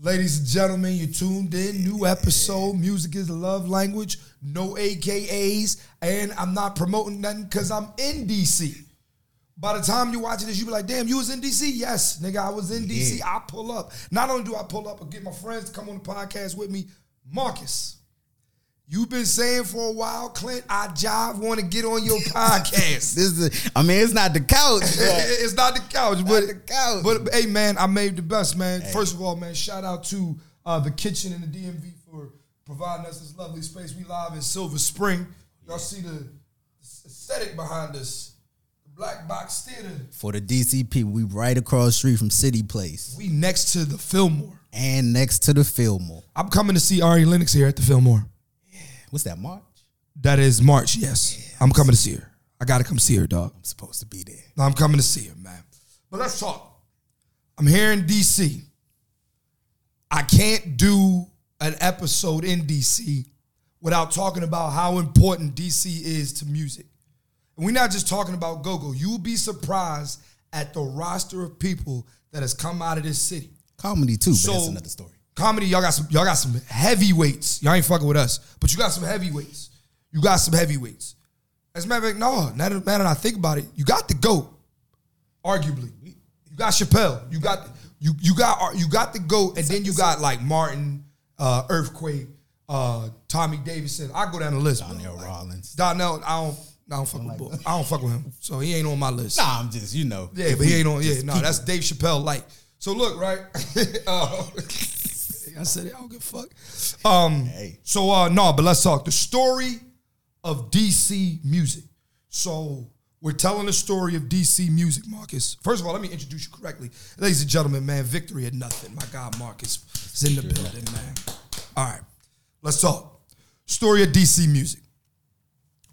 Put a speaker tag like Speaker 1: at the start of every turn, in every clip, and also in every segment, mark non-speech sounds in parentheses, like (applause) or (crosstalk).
Speaker 1: Ladies and gentlemen, you tuned in. New episode. Music is a love language. No AKAs. And I'm not promoting nothing because I'm in DC. By the time you're watching this, you be like, damn, you was in DC? Yes, nigga, I was in DC. I pull up. Not only do I pull up, I get my friends to come on the podcast with me. Marcus, you've been saying for a while, Clint, I jive want to get on your podcast.
Speaker 2: This is, I mean, it's not the couch. (laughs) but-
Speaker 1: it's not the couch, but
Speaker 2: the couch.
Speaker 1: But, but, hey, man, I made the best, man. First of all, man, shout out to uh, the kitchen and the DMV for providing us this lovely space. We live in Silver Spring. Y'all see the aesthetic behind us, the Black Box Theater.
Speaker 2: For the DCP, we right across the street from City Place
Speaker 1: We next to the Fillmore.
Speaker 2: and next to the Fillmore.
Speaker 1: I'm coming to see Ari Lennox here at the Fillmore.
Speaker 2: What's that, March?
Speaker 1: That is March. Yes, I'm coming to see her. I gotta come see her, dog.
Speaker 2: I'm supposed to be there.
Speaker 1: No, I'm coming to see him, man. But let's talk. I'm here in DC. I can't do an episode in DC without talking about how important DC is to music. And we're not just talking about go-go. You'll be surprised at the roster of people that has come out of this city.
Speaker 2: Comedy too, but
Speaker 1: So-
Speaker 2: that's another story.
Speaker 1: Comedy, y'all got some y'all got some heavyweights. Y'all ain't fucking with us, but you got some heavyweights. You got some heavyweights. As a matter of fact, no, now that, now that I think about it, you got the GOAT, arguably. You got Chappelle. You got you you got you got the GOAT, and then you got like Martin, uh, Earthquake, uh, Tommy Davidson. I go down the list.
Speaker 2: Donnell
Speaker 1: bro.
Speaker 2: Rollins.
Speaker 1: Donnell, I don't I don't fuck with Bull. I don't fuck with him. So he ain't on my list.
Speaker 2: Nah, I'm just, you know.
Speaker 1: Yeah, but he ain't on. Yeah, no, that's Dave Chappelle light. So look, right? (laughs) uh, I said it. I don't give a fuck. Um,
Speaker 2: Hey.
Speaker 1: So uh, no, but let's talk the story of DC music. So we're telling the story of DC music, Marcus. First of all, let me introduce you correctly, ladies and gentlemen. Man, victory at nothing. My God, Marcus is in the building, man. All right, let's talk story of DC music.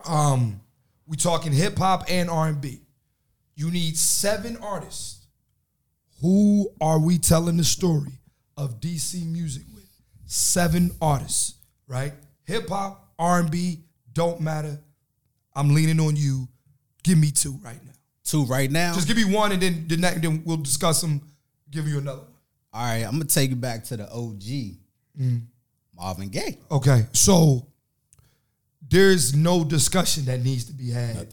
Speaker 1: Um, we talking hip hop and R and B. You need seven artists. Who are we telling the story of DC music with? Seven artists, right? Hip hop, R and B, don't matter. I'm leaning on you. Give me two right now.
Speaker 2: Two right now.
Speaker 1: Just give me one, and then the next, then we'll discuss them. Give you another one.
Speaker 2: All right, I'm going to take you back to the OG,
Speaker 1: Mm.
Speaker 2: Marvin Gaye.
Speaker 1: Okay, so there's no discussion that needs to be had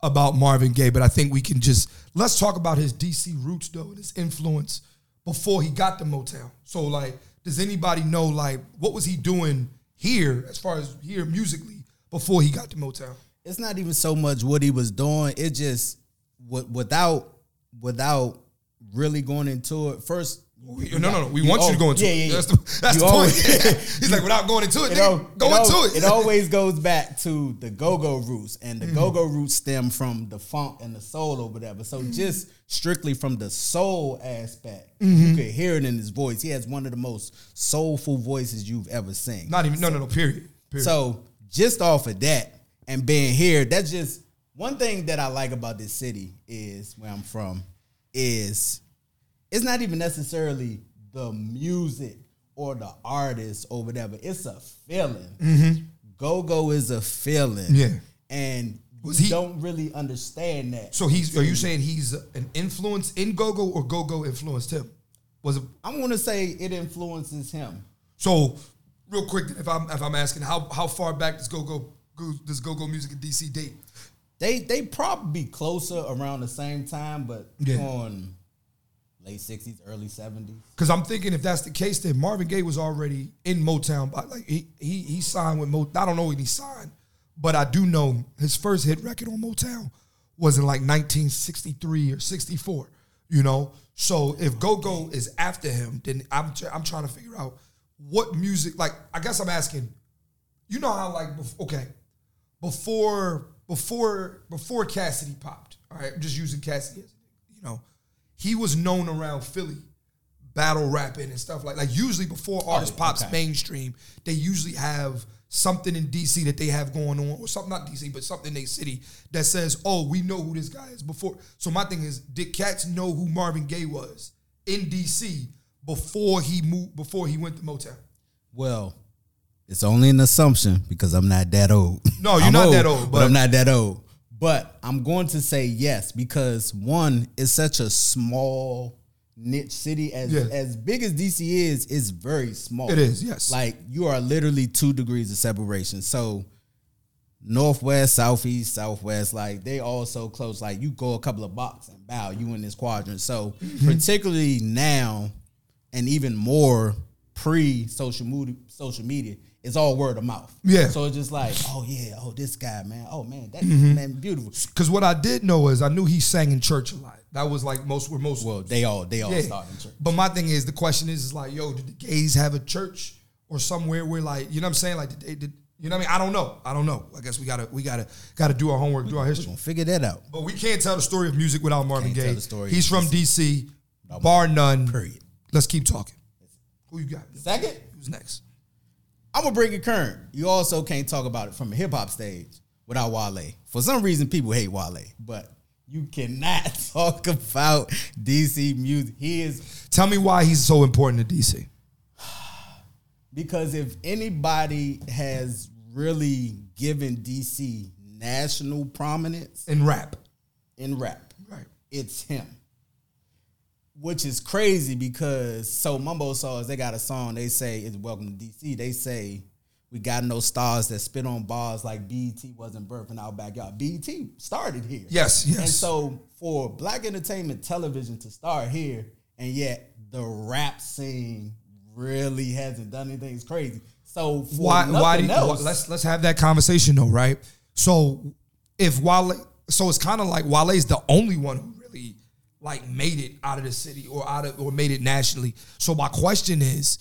Speaker 1: about Marvin Gaye, but I think we can just let's talk about his DC roots though and his influence before he got to Motown. So like, does anybody know like what was he doing here as far as here musically before he got to Motown?
Speaker 2: It's not even so much what he was doing. It just, what, without, without really going into it, first,
Speaker 1: No, no, no. We want you to go into
Speaker 2: yeah,
Speaker 1: it.
Speaker 2: yeah, yeah.
Speaker 1: That's the, that's
Speaker 2: You
Speaker 1: the point.
Speaker 2: always-
Speaker 1: (laughs) He's like, without going into it, nigga,
Speaker 2: al-
Speaker 1: go
Speaker 2: al-
Speaker 1: into it. Mm-hmm.
Speaker 2: it always goes back to the go-go roots, and the go-go roots stem from the funk and the soul or whatever. So
Speaker 1: Mm-hmm.
Speaker 2: just strictly from the soul aspect,
Speaker 1: Mm-hmm.
Speaker 2: you could hear it in his voice. He has one of the most soulful voices you've ever
Speaker 1: (laughs)
Speaker 2: seen.
Speaker 1: Not even. No, no, no. Period. Period.
Speaker 2: So just off of that and being here, that's just one thing that I like about this city is where I'm from is it's not even necessarily the music or the artist or whatever. It's a feeling. Go go is a feeling.
Speaker 1: Mm-hmm. Yeah.
Speaker 2: And we
Speaker 1: Was he-
Speaker 2: don't really understand that.
Speaker 1: So he's are you saying he's an influence in Gogo or Gogo influenced him? Was it,
Speaker 2: I want to say it influences him.
Speaker 1: so real quick if I'm if I'm asking how how far back does Gogo go, does Gogo music in DC date?
Speaker 2: They they probably be closer around the same time, but
Speaker 1: Yeah.
Speaker 2: on late sixties, early seventies.
Speaker 1: Because I'm thinking if that's the case, then Marvin Gaye was already in Motown. But like he he he signed with Mo. I don't know when he signed, but I do know his first hit record on Motown was in like 1963 or 64. You know, so if Go Go is after him, then I'm tr- I'm trying to figure out what music. Like I guess I'm asking, you know how like bef- okay, before before before Cassidy popped. All right, I'm just using Cassidy as you know, he was known around Philly battle rapping and stuff like like usually before artist pops
Speaker 2: Oh, okay.
Speaker 1: mainstream, they usually have something in DC that they have going on, or something not DC, but something in their city that says, "Oh, we know who this guy is." Before, so my thing is, did cats know who Marvin Gaye was in DC before he moved before he went to Motown?
Speaker 2: Well, it's only an assumption because I'm not that old.
Speaker 1: No, you're
Speaker 2: (laughs) I'm
Speaker 1: not that old,
Speaker 2: but,
Speaker 1: but-
Speaker 2: I'm not that old. But I'm going to say yes because one is such a small niche city as
Speaker 1: Yeah.
Speaker 2: as big as DC is. It's very small.
Speaker 1: It is, yes.
Speaker 2: Like you are literally two degrees of separation. So northwest, southeast, southwest, like they all so close. Like you go a couple of blocks and bow, you in this quadrant. So
Speaker 1: Mm-hmm.
Speaker 2: particularly now, and even more pre social media, social media, it's all word of mouth.
Speaker 1: Yeah.
Speaker 2: So it's just like, oh yeah, oh this guy, man, oh man, that
Speaker 1: Mm-hmm.
Speaker 2: man, beautiful.
Speaker 1: Because what I did know is I knew he sang in church a lot. That was like most where most
Speaker 2: Well, they all they all
Speaker 1: Yeah.
Speaker 2: start in church.
Speaker 1: But my thing is, the question is, is like, yo, did the gays have a church or somewhere where, like, you know what I'm saying? Like, did they, did, you know what I mean? I don't know. I don't know. I guess we gotta, we gotta, gotta do our homework, do our history.
Speaker 2: Gonna figure that out.
Speaker 1: But we can't tell the story of music without Marvin
Speaker 2: Can't tell
Speaker 1: Gaye.
Speaker 2: the story
Speaker 1: He's
Speaker 2: of
Speaker 1: from DC, bar none. Period. Let's keep talking. Who you got?
Speaker 2: Second,
Speaker 1: Who's next?
Speaker 2: I'm gonna bring it current. You also can't talk about it from a hip hop stage without Wale. For some reason, people hate Wale, but you cannot (laughs) talk about DC music. He is
Speaker 1: Tell me why he's so important to DC.
Speaker 2: Because if anybody has really given DC national prominence
Speaker 1: In rap.
Speaker 2: in rap,
Speaker 1: Right.
Speaker 2: it's him. Which is crazy because so Mumbo Saws, they got a song, they say it's Welcome to DC. They say, We got no stars that spit on bars like BET wasn't birthed in our backyard. BET started here.
Speaker 1: Yes, yes.
Speaker 2: And so for black entertainment television to start here, and yet the rap scene really hasn't done anything. It's crazy. So for
Speaker 1: why why do you,
Speaker 2: else,
Speaker 1: why- let's let's have that conversation though, right? So if Wale so it's kind of like Wale's the only one who really like made it out of the city or out of or made it nationally. So my question is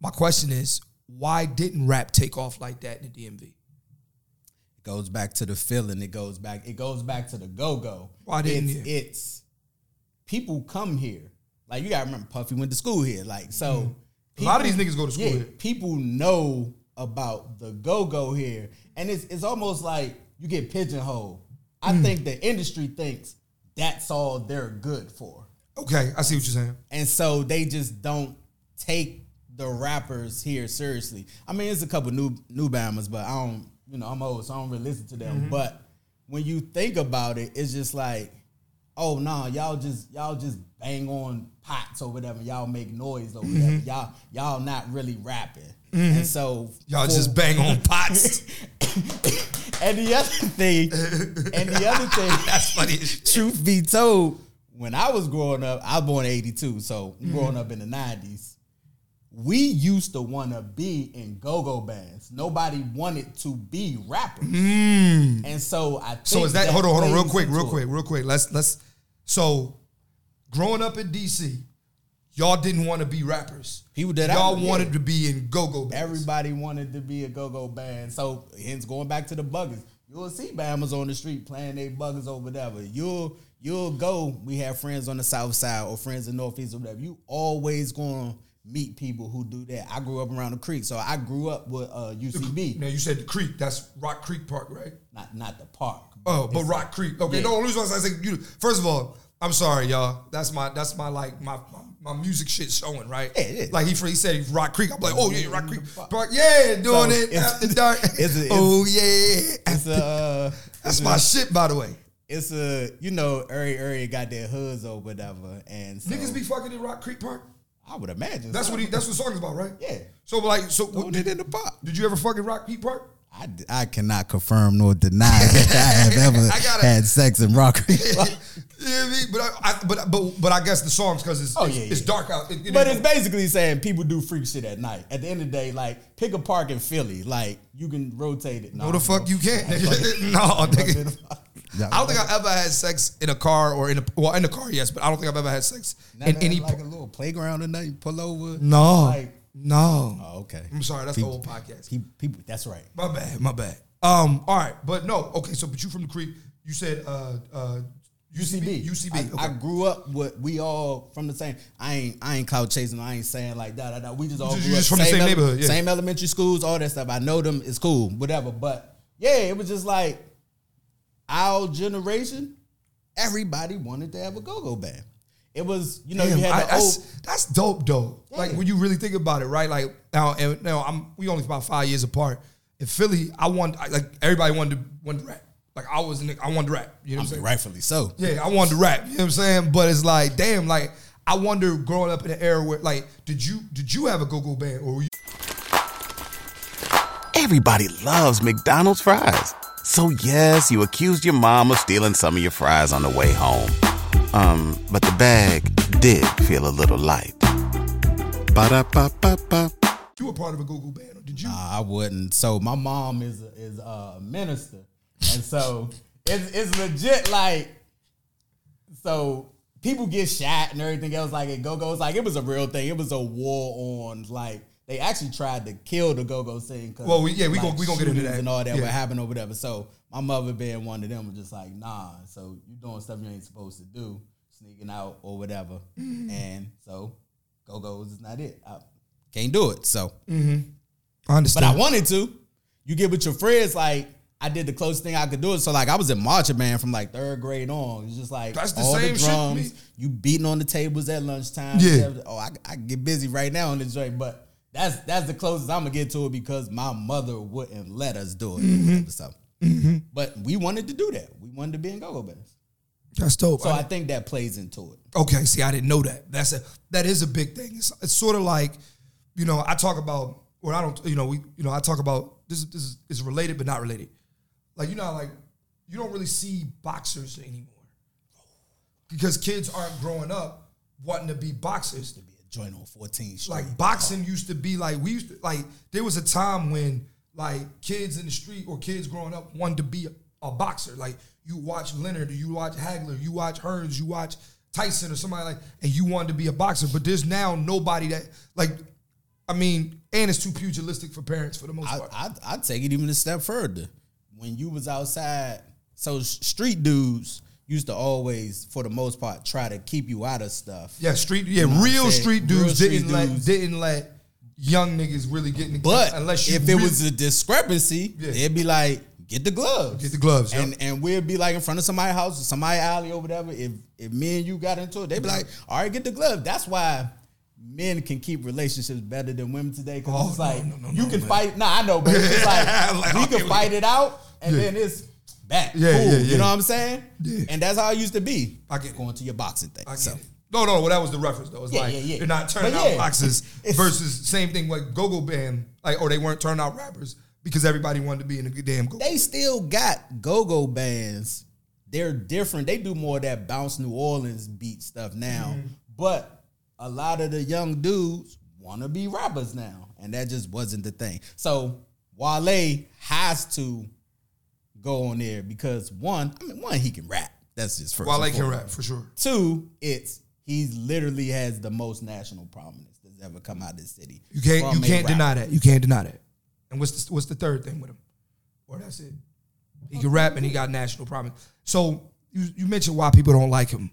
Speaker 1: my question is why didn't rap take off like that in the DMV?
Speaker 2: it goes back to the feeling. It goes back. It goes back to the go go.
Speaker 1: Why didn't
Speaker 2: it's,
Speaker 1: you?
Speaker 2: it's people come here. Like you gotta remember, Puffy went to school here. Like so,
Speaker 1: Mm-hmm. A lot of these niggas go to school
Speaker 2: yeah,
Speaker 1: here.
Speaker 2: People know about the go go here, and it's it's almost like you get pigeonholed. I
Speaker 1: Mm.
Speaker 2: think the industry thinks that's all they're good for,
Speaker 1: Okay, I see what you're saying.
Speaker 2: and so they just don't take the rappers here seriously. I mean, it's a couple new new bammers, but I don't, you know, I'm old, so I don't really listen to them. But when you think about it, it's just like, oh no, y'all just y'all just bang on pots or whatever. Y'all make noise or whatever. Y'all y'all not really rapping, and so
Speaker 1: Y'all
Speaker 2: for-
Speaker 1: just bang (laughs) on pots.
Speaker 2: (laughs) and the other thing, and the other thing,
Speaker 1: That's funny. as shit.
Speaker 2: truth be told, when I was growing up, I was born in 82, so
Speaker 1: Mm-hmm.
Speaker 2: I'm growing up in the 90s, we used to want to be in go-go bands. Nobody wanted to be rappers. And so I think
Speaker 1: Mm. So is that, hold on, hold on, real
Speaker 2: plays
Speaker 1: quick, real
Speaker 2: into it.
Speaker 1: quick, real quick. Let's let's so growing up in DC, y'all didn't want to be rappers.
Speaker 2: People that I-
Speaker 1: y'all
Speaker 2: yeah.
Speaker 1: wanted to be in go-go bands.
Speaker 2: Everybody wanted to be a go-go band. So hence going back to the buggers. You'll see Bama's on the street playing their buggers or whatever. You'll you'll go. We have friends on the south side or friends in northeast or whatever. You always gonna meet people who do that. I grew up around the creek, so I grew up with uh,
Speaker 1: Now (laughs)
Speaker 2: UCB,
Speaker 1: you said the creek. That's Rock Creek Park, right?
Speaker 2: not not
Speaker 1: (laughs)
Speaker 2: the park.
Speaker 1: Oh, but Rock Creek. Okay,
Speaker 2: yeah.
Speaker 1: no, lose one. I said you. First of all, I'm sorry, y'all. That's my that's my like my my, my music shit showing, right?
Speaker 2: Yeah, it is.
Speaker 1: Like he he said Rock Creek. I'm like, oh yeah, Rock Creek. Park. Yeah, doing
Speaker 2: So,
Speaker 1: it
Speaker 2: it's-
Speaker 1: after
Speaker 2: (laughs)
Speaker 1: dark.
Speaker 2: it's a- it's-
Speaker 1: oh yeah,
Speaker 2: It's uh,
Speaker 1: that's my shit. By the way,
Speaker 2: it's a you know, every area got their hoods or whatever, and so
Speaker 1: niggas be fucking in Rock Creek Park.
Speaker 2: I would imagine
Speaker 1: That's
Speaker 2: so.
Speaker 1: what he. That's what the song is about, right?
Speaker 2: Yeah.
Speaker 1: So like, so
Speaker 2: Throwing it in the pot.
Speaker 1: Did you ever fucking Rock Creek Park?
Speaker 2: I, I cannot confirm nor deny (laughs) that I have ever
Speaker 1: I gotta-
Speaker 2: had sex in rock.
Speaker 1: yeah, but I, I but but but I guess the songs because it's
Speaker 2: Oh,
Speaker 1: it's,
Speaker 2: yeah,
Speaker 1: it's
Speaker 2: yeah.
Speaker 1: dark out. It- it
Speaker 2: (laughs) But
Speaker 1: ain't
Speaker 2: it's
Speaker 1: no-
Speaker 2: basically saying people do freak shit at night. At the end of the day, like pick a park in Philly, like you can rotate it.
Speaker 1: no the fuck you can't. (laughs) nigga. no, nigga. I don't think I ever had sex in a car or in a well in a car yes, but I don't think I've ever had sex in any.
Speaker 2: like
Speaker 1: po-
Speaker 2: a little playground or nothing. Pull over.
Speaker 1: no,
Speaker 2: like-
Speaker 1: no.
Speaker 2: Oh, okay.
Speaker 1: I'm sorry, that's the whole
Speaker 2: People-
Speaker 1: podcast.
Speaker 2: He, people, that's right.
Speaker 1: My bad, my bad. Um, all right, but no, okay. So, but you from the creek? You said uh, uh,
Speaker 2: UCB.
Speaker 1: UCB.
Speaker 2: I,
Speaker 1: okay.
Speaker 2: I grew up with we all from the same. I ain't I ain't cloud chasing. I ain't saying like that. We just all
Speaker 1: Just-
Speaker 2: grew
Speaker 1: you
Speaker 2: up
Speaker 1: just from the same neighborhood, yeah.
Speaker 2: same elementary schools, all that stuff. I know them. It's cool, whatever. But yeah, it was just like our generation. Everybody wanted to have a go go band. It was you know
Speaker 1: Damn,
Speaker 2: you
Speaker 1: I-
Speaker 2: had the
Speaker 1: that's,
Speaker 2: old.
Speaker 1: that's dope though. Like
Speaker 2: Yeah.
Speaker 1: when you really think about it, right? Like now, and now I'm we only about five years apart. In Philly, I want I- like everybody wanted to, wanted to rap. Like I was, in I wanted to rap. You know what I'm saying?
Speaker 2: (laughs) Rightfully so.
Speaker 1: Yeah, I wanted to rap. You know what I'm saying? But it's like, damn, like I wonder growing up in an era where like, did you did you have a go go band or were you
Speaker 3: Everybody loves McDonald's fries. So yes, you accused your mom of stealing some of your fries on the way home. Um, but the bag did feel a little light. Ba-da-ba-ba-ba.
Speaker 1: you were part of a go go band or did you?
Speaker 2: I wouldn't. So my mom is is a minister, and so (laughs) it's it's legit. Like, so people get shot and everything else. Like at Go Go's, like it was a real thing. It was a war on like. They actually tried to kill the Go Go scene. 'cause,
Speaker 1: Well, we- yeah, we gon- we gon' get into
Speaker 2: shootings
Speaker 1: that.
Speaker 2: and all that.
Speaker 1: Yeah.
Speaker 2: What happened or whatever. So my mother being one of them was just like, nah. So you doing stuff you ain't supposed to do, sneaking out or whatever.
Speaker 1: Mm.
Speaker 2: And so Go Go's is not it. I can't do it. So
Speaker 1: I
Speaker 2: but
Speaker 1: understand.
Speaker 2: I wanted to. You get with your friends, like I did the closest thing I could do it. So like I was in marching band from like third grade on. It's just like
Speaker 1: That's the
Speaker 2: all
Speaker 1: same shit
Speaker 2: the
Speaker 1: to
Speaker 2: drums.
Speaker 1: me.
Speaker 2: You beating on the tables at lunchtime.
Speaker 1: Yeah.
Speaker 2: Oh, I, I can get busy right now on this joint, but that's that's the closest I'm gonna get to it because my mother wouldn't let us do it. So, but we wanted to do that. We wanted to be in go-go bands.
Speaker 1: That's dope.
Speaker 2: So
Speaker 1: I-
Speaker 2: I think that plays into it.
Speaker 1: Okay, see, I didn't know that. That's a that is a big thing. It's, it's sort of like, you know, I talk about, or I don't, you know, we, you know, I talk about this. is- This is, is related, but not related. Like you know, like you don't really see boxers anymore because kids aren't growing up wanting to be boxers. To be
Speaker 2: Join on 14 straight.
Speaker 1: like boxing used to be like we used to like there was a time when like kids in the street or kids growing up wanted to be a, a boxer. Like you watch Leonard, you watch Hagler, you watch Hearns, you watch Tyson or somebody like, and you wanted to be a boxer. But there's now nobody that like, I mean, and it's too pugilistic for parents for the most
Speaker 2: I,
Speaker 1: part.
Speaker 2: I I take it even a step further. When you was outside, so s- street dudes used to always, for the most part, try to keep you out of stuff.
Speaker 1: yeah, street, yeah,
Speaker 2: what I'm
Speaker 1: real
Speaker 2: saying?
Speaker 1: street
Speaker 2: Real
Speaker 1: dudes
Speaker 2: street
Speaker 1: didn't let
Speaker 2: dudes.
Speaker 1: didn't let young niggas really get in the
Speaker 2: But
Speaker 1: unless you
Speaker 2: if it
Speaker 1: really-
Speaker 2: was a discrepancy,
Speaker 1: Yeah.
Speaker 2: they'd be like, "Get the gloves,
Speaker 1: Get the gloves, yep.
Speaker 2: and and we'd be like in front of somebody's house or somebody's alley or whatever. If if me and you got into it, they'd be like, "All right, get the glove." That's why. Men can keep relationships better than women today because
Speaker 1: Oh,
Speaker 2: it's
Speaker 1: no,
Speaker 2: like
Speaker 1: no, no,
Speaker 2: you
Speaker 1: no,
Speaker 2: can
Speaker 1: man.
Speaker 2: fight. Nah, I know, but
Speaker 1: (laughs)
Speaker 2: it's just like,
Speaker 1: Like,
Speaker 2: we
Speaker 1: okay,
Speaker 2: can
Speaker 1: we-
Speaker 2: fight it out, and
Speaker 1: Yeah.
Speaker 2: then it's back.
Speaker 1: Yeah,
Speaker 2: cool,
Speaker 1: yeah, yeah.
Speaker 2: You know what I'm saying?
Speaker 1: Yeah.
Speaker 2: And that's how it used to be.
Speaker 1: I get it.
Speaker 2: going to your boxing thing.
Speaker 1: I get
Speaker 2: so.
Speaker 1: it. No, no, well, that was the reference though. It's
Speaker 2: Yeah,
Speaker 1: like
Speaker 2: yeah, yeah.
Speaker 1: they're not turning
Speaker 2: But
Speaker 1: out
Speaker 2: yeah,
Speaker 1: boxes
Speaker 2: it's-
Speaker 1: versus same thing like go-go band, like or they weren't turning out rappers because everybody wanted to be in the damn go.
Speaker 2: they still got go-go bands. They're different. They do more of that bounce New Orleans beat stuff now. But a lot of the young dudes want to be rappers now, and that just wasn't the thing. So Wale has to go on there because one, I mean, one he can rap. That's just first.
Speaker 1: While they
Speaker 2: and
Speaker 1: can
Speaker 2: foremost.
Speaker 1: rap for sure.
Speaker 2: Two, it's he literally has the most national prominence that's ever come out of this city.
Speaker 1: You can't
Speaker 2: from
Speaker 1: you
Speaker 2: a
Speaker 1: can't
Speaker 2: rapper.
Speaker 1: deny that. You can't deny that. And what's the, what's the third thing with him? Or that's it. He can rap and he got national prominence. So you you mentioned why people don't like him.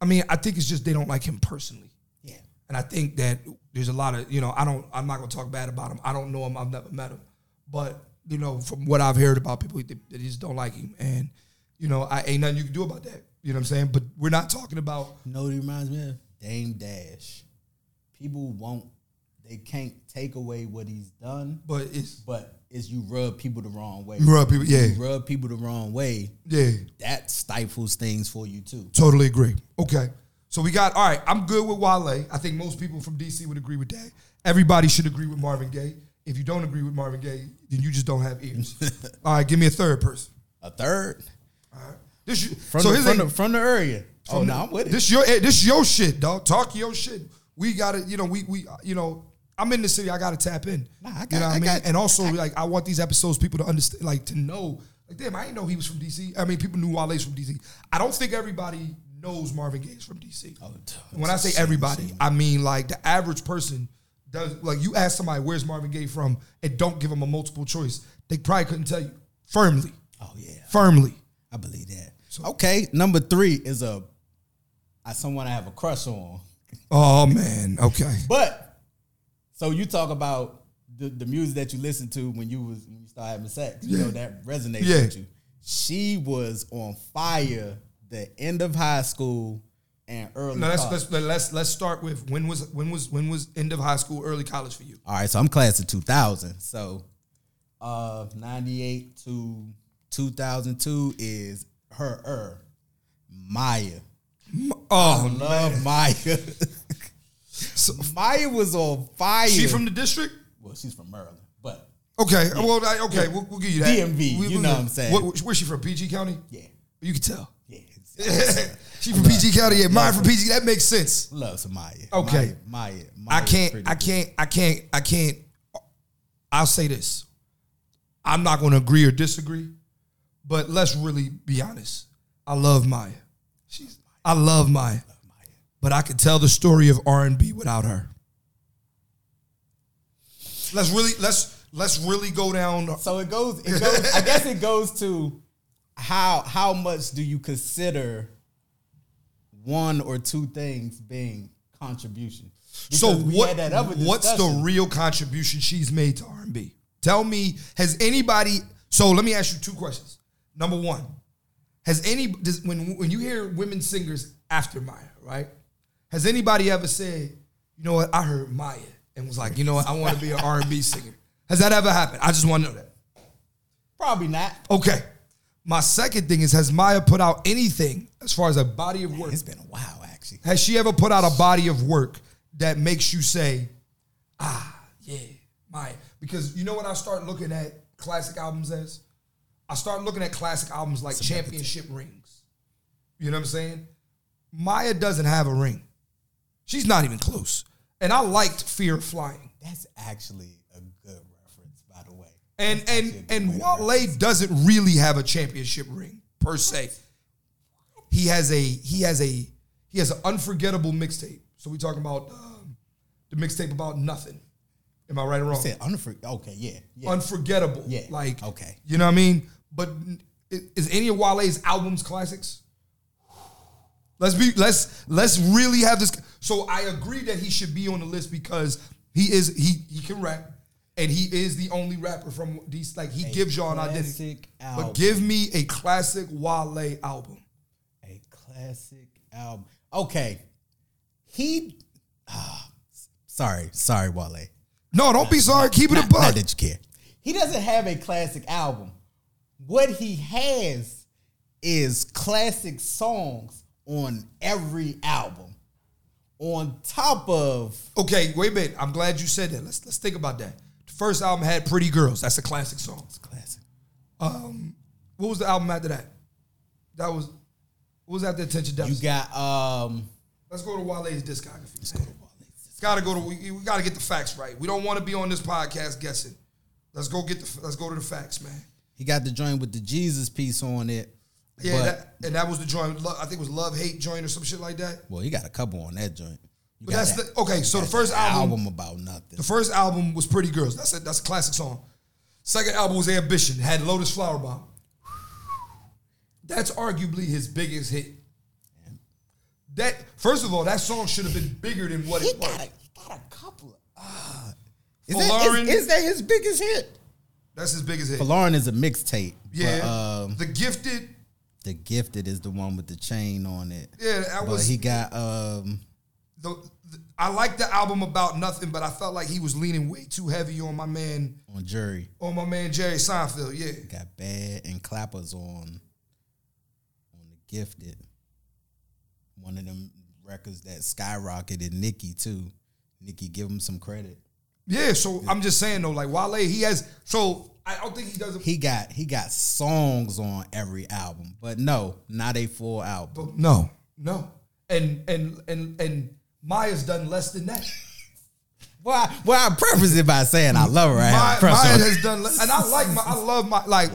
Speaker 1: I mean, I think it's just they don't like him personally.
Speaker 2: Yeah.
Speaker 1: And I think that there's a lot of, you know, I don't, I'm not gonna talk bad about him. I don't know him. I've never met him, but you know, from what I've heard about people, they, they just don't like him. And you know, I ain't nothing you can do about that. You know what I'm saying? But we're not talking about.
Speaker 2: You know what he reminds me of? Dame Dash. People won't, they can't take away what he's done,
Speaker 1: But it's
Speaker 2: but it's you rub people the wrong way.
Speaker 1: rub people. Yeah,
Speaker 2: You rub people the wrong way.
Speaker 1: yeah.
Speaker 2: That stifles things for you too.
Speaker 1: Totally agree. Okay. So we got all right. I'm good with Wale. I think most people from DC would agree with that. Everybody should agree with Marvin Gaye. If you don't agree with Marvin Gaye, then you just don't have ears. All right, give me a third person.
Speaker 2: A third
Speaker 1: All right, this you-
Speaker 2: from
Speaker 1: so
Speaker 2: the,
Speaker 1: his
Speaker 2: from,
Speaker 1: ain't-
Speaker 2: the, from the area.
Speaker 1: from
Speaker 2: oh
Speaker 1: the-
Speaker 2: no, I'm with it.
Speaker 1: This your eh, this your shit, dog. Talk your shit. We got to You know, we we uh, you know. I'm in the city. I got to tap in.
Speaker 2: Nah, I
Speaker 1: you
Speaker 2: got-
Speaker 1: know what
Speaker 2: I
Speaker 1: I, mean.
Speaker 2: got-
Speaker 1: and also, like, I want these episodes people to understand, like, to know. Like, damn, I didn't know he was from DC. I mean, people knew Wale's from DC. I don't think everybody knows Marvin Gaye's from DC.
Speaker 2: t-
Speaker 1: when I say everybody, I mean like the average person does. Like, you ask somebody where's Marvin Gaye from, and don't give them a multiple choice. They probably couldn't tell you firmly.
Speaker 2: oh yeah,
Speaker 1: Firmly.
Speaker 2: I believe that. okay, number three is a uh, someone I have a crush on.
Speaker 1: Oh man. Okay.
Speaker 2: But so you talk about the, the music that you listened to when you was when you start having sex. You know that resonates
Speaker 1: Yeah.
Speaker 2: with you. She was on fire the end of high school and early.
Speaker 1: No, let's,
Speaker 2: college.
Speaker 1: let's let's let's start with when was when was when was end of high school, early college for you?
Speaker 2: All right, so I'm class of 2000. So uh 98 to 2002 is her er Maya.
Speaker 1: Oh,
Speaker 2: Love Maya. (laughs) Maya was on fire.
Speaker 1: she from the district?
Speaker 2: well, she's from Maryland, but
Speaker 1: Okay, well, I, okay, we'll, we'll give you that.
Speaker 2: DMV, you know what I'm saying.
Speaker 1: What, where's she from? PG County?
Speaker 2: yeah,
Speaker 1: you can tell.
Speaker 2: yeah.
Speaker 1: (laughs) she from PG County. Yeah, mine from PG. That makes sense.
Speaker 2: Love some Maya.
Speaker 1: Okay.
Speaker 2: Maya. Maya,
Speaker 1: I
Speaker 2: Maya is
Speaker 1: can't.
Speaker 2: pretty
Speaker 1: I
Speaker 2: good.
Speaker 1: can't. I can't. I can't. I'll say this. I'm not going to agree or disagree, but let's really be honest. I love Maya. She's. I love Maya, but I could tell the story of R and B without her. Let's really let's let's really go down.
Speaker 2: So it goes. It goes. I guess it goes to how how much do you consider one or two things being contribution?
Speaker 1: So
Speaker 2: Because we
Speaker 1: what?
Speaker 2: had that other
Speaker 1: What's the
Speaker 2: discussion.
Speaker 1: real contribution she's made to R and B? Tell me, has anybody? So let me ask you two questions. Number one, has any does, when when you hear women singers after Maya, right? Has anybody ever said, you know what? I heard Maya and was like, you know what? I want to be an R and B singer. Has that ever happened? I just want to know that.
Speaker 2: probably not?
Speaker 1: Okay. My second thing is, has Maya put out anything as far as a body of work?
Speaker 2: It's been a while actually.
Speaker 1: Has she ever put out a body of work that makes you say, ah, yeah, Maya? Because you know what I start looking at classic albums as? I start looking at classic albums like championship rings. You know what I'm saying? Maya doesn't have a ring. She's not even close. And I liked Fear of Flying.
Speaker 2: That's actually a good reference, by the way.
Speaker 1: And and and Wale doesn't really have a championship ring per se. He has a he has a he has an unforgettable mixtape. So we talking about um, the mixtape about nothing. Am I right or wrong?
Speaker 2: Said unfor- Okay, yeah, yeah.
Speaker 1: Unforgettable.
Speaker 2: Yeah,
Speaker 1: Like
Speaker 2: okay.
Speaker 1: You know what I mean? But n- i- is any of Wale's albums classics? Let's be let's let's really have this. So I agree that he should be on the list because he is he he can rap and he is the only rapper from these like he gives y'all an identity.
Speaker 2: classic
Speaker 1: But
Speaker 2: album.
Speaker 1: give me a classic Wale album.
Speaker 2: A classic album. Okay. He ah, sorry, sorry, Wale.
Speaker 1: No, don't be sorry. Keep it a
Speaker 2: Not, not
Speaker 1: buck.
Speaker 2: that you care. He doesn't have a classic album. What he has is classic songs on every album. On top of
Speaker 1: Okay, wait a minute. I'm glad you said that. Let's let's think about that. The first album had Pretty Girls. That's a classic song.
Speaker 2: classic.
Speaker 1: Um, What was the album after that? That was what was after Attention
Speaker 2: You
Speaker 1: Deficit?
Speaker 2: got um
Speaker 1: Let's go to Wale's discography. Let's go to Wale's. Got to go to. We, we got to get the facts right. We don't want to be on this podcast guessing. Let's go get the. Let's go to the facts, man.
Speaker 2: he got the joint with the Jesus piece on it.
Speaker 1: Yeah,
Speaker 2: but,
Speaker 1: that, and that was the joint. Lo- I think it was Love Hate joint or some shit like that.
Speaker 2: well, he got a couple on that joint. You
Speaker 1: But
Speaker 2: got
Speaker 1: that's
Speaker 2: that
Speaker 1: the okay. So the first
Speaker 2: album,
Speaker 1: album,
Speaker 2: about nothing.
Speaker 1: the first album was Pretty Girls. That's a that's a classic song. Second album was Ambition. It had Lotus Flower Bomb. That's arguably his biggest hit. That first of all, that song should have been bigger than what
Speaker 2: He
Speaker 1: it was.
Speaker 2: got a, he got a couple of. ah. is,
Speaker 1: For
Speaker 2: that, is-
Speaker 1: Lauren-
Speaker 2: is that his biggest hit?
Speaker 1: That's his biggest hit.
Speaker 2: Lauren is a mixtape.
Speaker 1: Yeah,
Speaker 2: But, um,
Speaker 1: the gifted.
Speaker 2: the Gifted is the one with the chain on it.
Speaker 1: Yeah, that
Speaker 2: But
Speaker 1: was.
Speaker 2: he got. um
Speaker 1: the, the- I like the album about nothing, but I felt like he was leaning way too heavy on my man,
Speaker 2: On Jury.
Speaker 1: on my man Jerry Seinfeld. Yeah,
Speaker 2: Got Bad and Clappers on. On the Gifted. One of them records that skyrocketed Nicki, too. Nicki, give him some credit.
Speaker 1: Yeah, so I'm just saying though, like Wale, he has. So I don't think he does.
Speaker 2: He got he got songs on every album, but no, not a full album.
Speaker 1: But no, no, and and and and Maya's done less than that.
Speaker 2: Well, I, well, I preface it by saying I love her. I
Speaker 1: Maya,
Speaker 2: have a
Speaker 1: Maya
Speaker 2: preference.
Speaker 1: has done, less, and I like my, I love my like.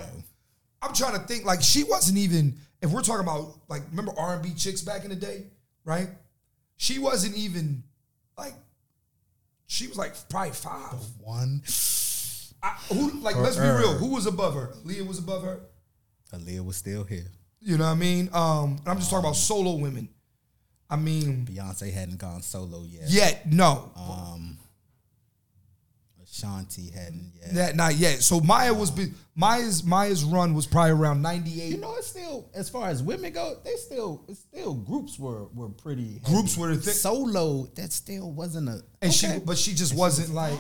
Speaker 1: I'm trying to think like she wasn't even. If we're talking about like remember R and B chicks back in the day, right? She wasn't even like. She was like probably five.
Speaker 2: one.
Speaker 1: I, who like? Let's be
Speaker 2: Her.
Speaker 1: real. Who was above her? Leah was above her.
Speaker 2: Aaliyah was still here.
Speaker 1: You know what I mean? Um, and I'm just talking about solo women. I mean,
Speaker 2: Beyonce hadn't gone solo yet.
Speaker 1: yet no,
Speaker 2: Um, Ashanti hadn't yet.
Speaker 1: that not yet. So Maya was be, Maya's Maya's run was probably around '98.
Speaker 2: you know, it's still as far as women go, they still it's still groups were were pretty heavy.
Speaker 1: Groups were the thing.
Speaker 2: solo. That still wasn't a
Speaker 1: and she,
Speaker 2: okay.
Speaker 1: but she just wasn't like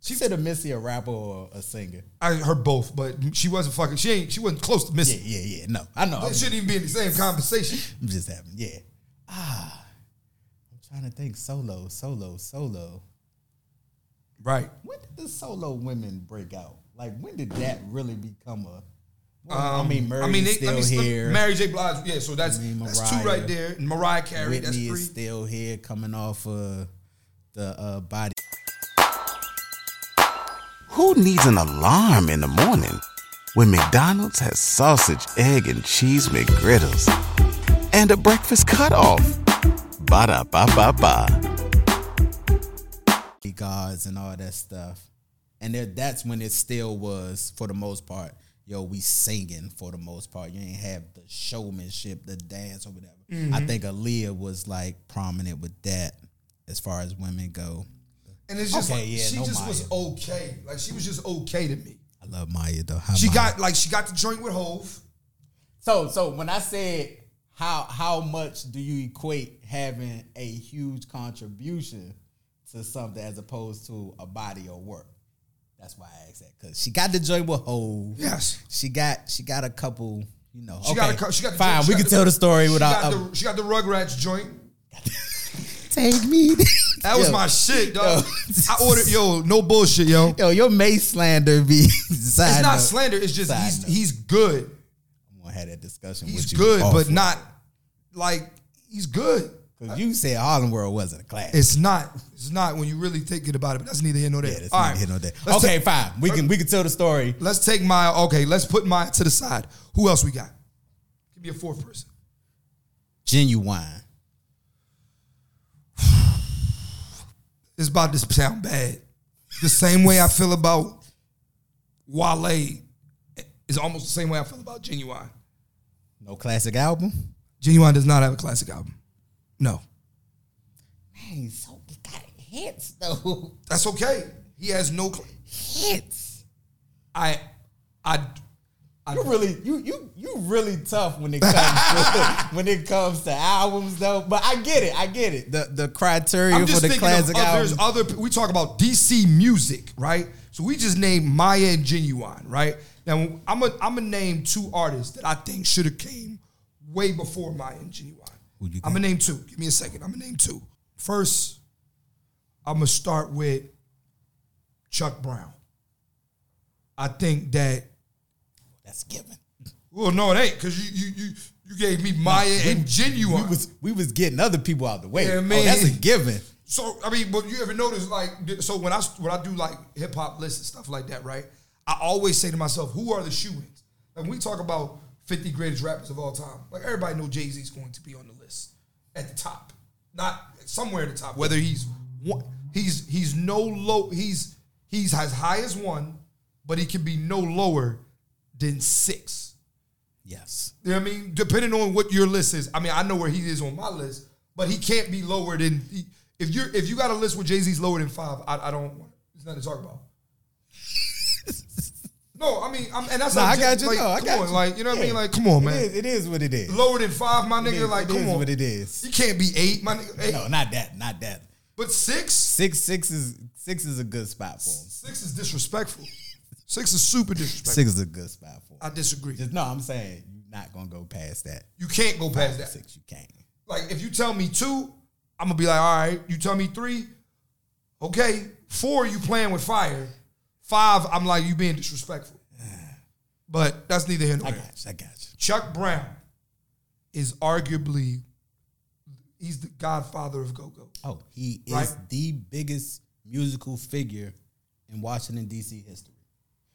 Speaker 2: she should have missed a rapper or a singer.
Speaker 1: I, her both, but she wasn't fucking. She ain't. She wasn't close to
Speaker 2: Yeah,
Speaker 1: missing.
Speaker 2: yeah, yeah. No, I know. I'm,
Speaker 1: It shouldn't even be in the same conversation.
Speaker 2: I'm just having yeah. Ah, I'm trying to think. Solo, solo, solo.
Speaker 1: Right.
Speaker 2: When did the solo women break out? Like when did that really become a? Well, I mean, Murray's
Speaker 1: Um, they-
Speaker 2: still
Speaker 1: let me slip-
Speaker 2: here.
Speaker 1: Mary J. Blige. Yeah. So that's
Speaker 2: I mean,
Speaker 1: that's two
Speaker 2: Mariah.
Speaker 1: right there. And Mariah Carey.
Speaker 2: Whitney is
Speaker 1: that's three.
Speaker 2: still here, coming off uh, the uh, body.
Speaker 3: Who needs an alarm in the morning when McDonald's has sausage, egg, and cheese McGriddles and a breakfast cutoff? Ba da ba ba ba.
Speaker 2: guards and all that stuff. And there, that's when it still was, for the most part, yo, we singing for the most part. You ain't have the showmanship, the dance or whatever. I
Speaker 1: Mm-hmm.
Speaker 2: think Aaliyah was like prominent with that as far as women go.
Speaker 1: And it's just
Speaker 2: Okay,
Speaker 1: like
Speaker 2: yeah,
Speaker 1: she
Speaker 2: no
Speaker 1: just
Speaker 2: Maya.
Speaker 1: was okay. Like she was just okay to me.
Speaker 2: I love Maya though. How
Speaker 1: She
Speaker 2: Maya-
Speaker 1: got like she got the joint with Hove.
Speaker 2: so so when I said how how much do you equate having a huge contribution to something as opposed to a body or work? That's why I asked that because she got the joy with Hove.
Speaker 1: Yes.
Speaker 2: She got she got a couple, you know.
Speaker 1: She got a cou- she got the
Speaker 2: fine.
Speaker 1: joint- she
Speaker 2: we
Speaker 1: got
Speaker 2: can tell the story
Speaker 1: she
Speaker 2: without
Speaker 1: got
Speaker 2: uh,
Speaker 1: the, she got the Rugrats joint.
Speaker 2: take me. (laughs)
Speaker 1: That was
Speaker 2: Yo.
Speaker 1: my shit, dog.
Speaker 2: Yo.
Speaker 1: I ordered yo, no bullshit, yo.
Speaker 2: Yo, your Mace slander be. (laughs) It's
Speaker 1: it's not slander. It's just
Speaker 2: Side
Speaker 1: he's
Speaker 2: note.
Speaker 1: he's good.
Speaker 2: I'm gonna have that discussion
Speaker 1: He's
Speaker 2: with you.
Speaker 1: good, but
Speaker 2: off-
Speaker 1: not like he's good.
Speaker 2: 'cause you said Harlem World wasn't a class.
Speaker 1: It's not. It's not when you really think it about it. But that's neither here nor there.
Speaker 2: yeah, that's
Speaker 1: All
Speaker 2: not
Speaker 1: right.
Speaker 2: hit on that.
Speaker 1: Let's
Speaker 2: Okay,
Speaker 1: take-
Speaker 2: fine. We can we can tell the story.
Speaker 1: Let's take Maya. Okay, let's put Maya to the side. Who else we got? Give me a fourth person.
Speaker 2: Genuine.
Speaker 1: It's about to sound bad. The same way I feel about Wale is almost the same way I feel about Genuine.
Speaker 2: No classic album.
Speaker 1: Genuine does not have a classic album. No.
Speaker 2: Man, so he got hits (laughs) though.
Speaker 1: That's okay. He has no. Cl-
Speaker 2: Hits.
Speaker 1: I, I,
Speaker 2: You really you you you really tough when it comes to, (laughs) when it comes to albums though. But I get it, I get it. The the criteria
Speaker 1: I'm
Speaker 2: for
Speaker 1: just
Speaker 2: the
Speaker 1: thinking of
Speaker 2: classic
Speaker 1: others,
Speaker 2: album.
Speaker 1: other. We talk about DC music, right? So we just named Maya and Genuine, right? Now I'm a I'm gonna name two artists that I think should have came way before Maya and Genuine.
Speaker 2: Who you
Speaker 1: I'm gonna name two. Give me a second. I'm gonna name two. First, I'm gonna start with Chuck Brown. I think that
Speaker 2: That's given.
Speaker 1: well, no, it ain't because you you you you gave me Maya and Genuine.
Speaker 2: We was we was getting other people out the way.
Speaker 1: Yeah,
Speaker 2: oh,
Speaker 1: man.
Speaker 2: that's a given.
Speaker 1: So I mean, but you ever notice like th- so when I when I do like hip hop lists and stuff like that, right? I always say to myself, who are the shoe-ins? Like when we talk about 50 greatest rappers of all time, like everybody know Jay Z's going to be on the list at the top, not somewhere at the top. Whether he's one, he's he's no low, he's he's as high as one, but he can be no lower than six.
Speaker 2: Yes.
Speaker 1: You know what I mean? Depending on what your list is. I mean, I know where he is on my list, but he can't be lower than he, if you're if you got a list where Jay Z's lower than five, I, I don't want there's nothing to talk
Speaker 2: (laughs)
Speaker 1: about. no, I mean, I'm, and that's
Speaker 2: No,
Speaker 1: not
Speaker 2: I
Speaker 1: ju-
Speaker 2: got you.
Speaker 1: Like,
Speaker 2: no, I
Speaker 1: come
Speaker 2: got
Speaker 1: on,
Speaker 2: you.
Speaker 1: like you know what I mean?
Speaker 2: Yeah.
Speaker 1: Like, come on,
Speaker 2: It
Speaker 1: man.
Speaker 2: is, it is what it is.
Speaker 1: Lower than five, my nigga.
Speaker 2: is-
Speaker 1: like,
Speaker 2: it
Speaker 1: come
Speaker 2: is
Speaker 1: on,
Speaker 2: what it is.
Speaker 1: You can't be eight, my nigga. Eight.
Speaker 2: No, not that. Not that.
Speaker 1: But six,
Speaker 2: Six six is six is a good spot for him.
Speaker 1: six is disrespectful. Six is super disrespectful.
Speaker 2: Six is a good spot for
Speaker 1: I
Speaker 2: him.
Speaker 1: disagree.
Speaker 2: Just, no, I'm saying you're not gonna go past that.
Speaker 1: You can't go past that.
Speaker 2: Six, you can't.
Speaker 1: Like if you tell me two, I'm gonna be like, all right. You tell me three, Okay, four, you playing with fire. Five, I'm like, you being disrespectful. But that's neither here nor
Speaker 2: I
Speaker 1: there.
Speaker 2: got you. I got you.
Speaker 1: Chuck Brown is arguably, he's the godfather of go-go.
Speaker 2: Oh, he is
Speaker 1: Right.
Speaker 2: the biggest musical figure in Washington D.C. history.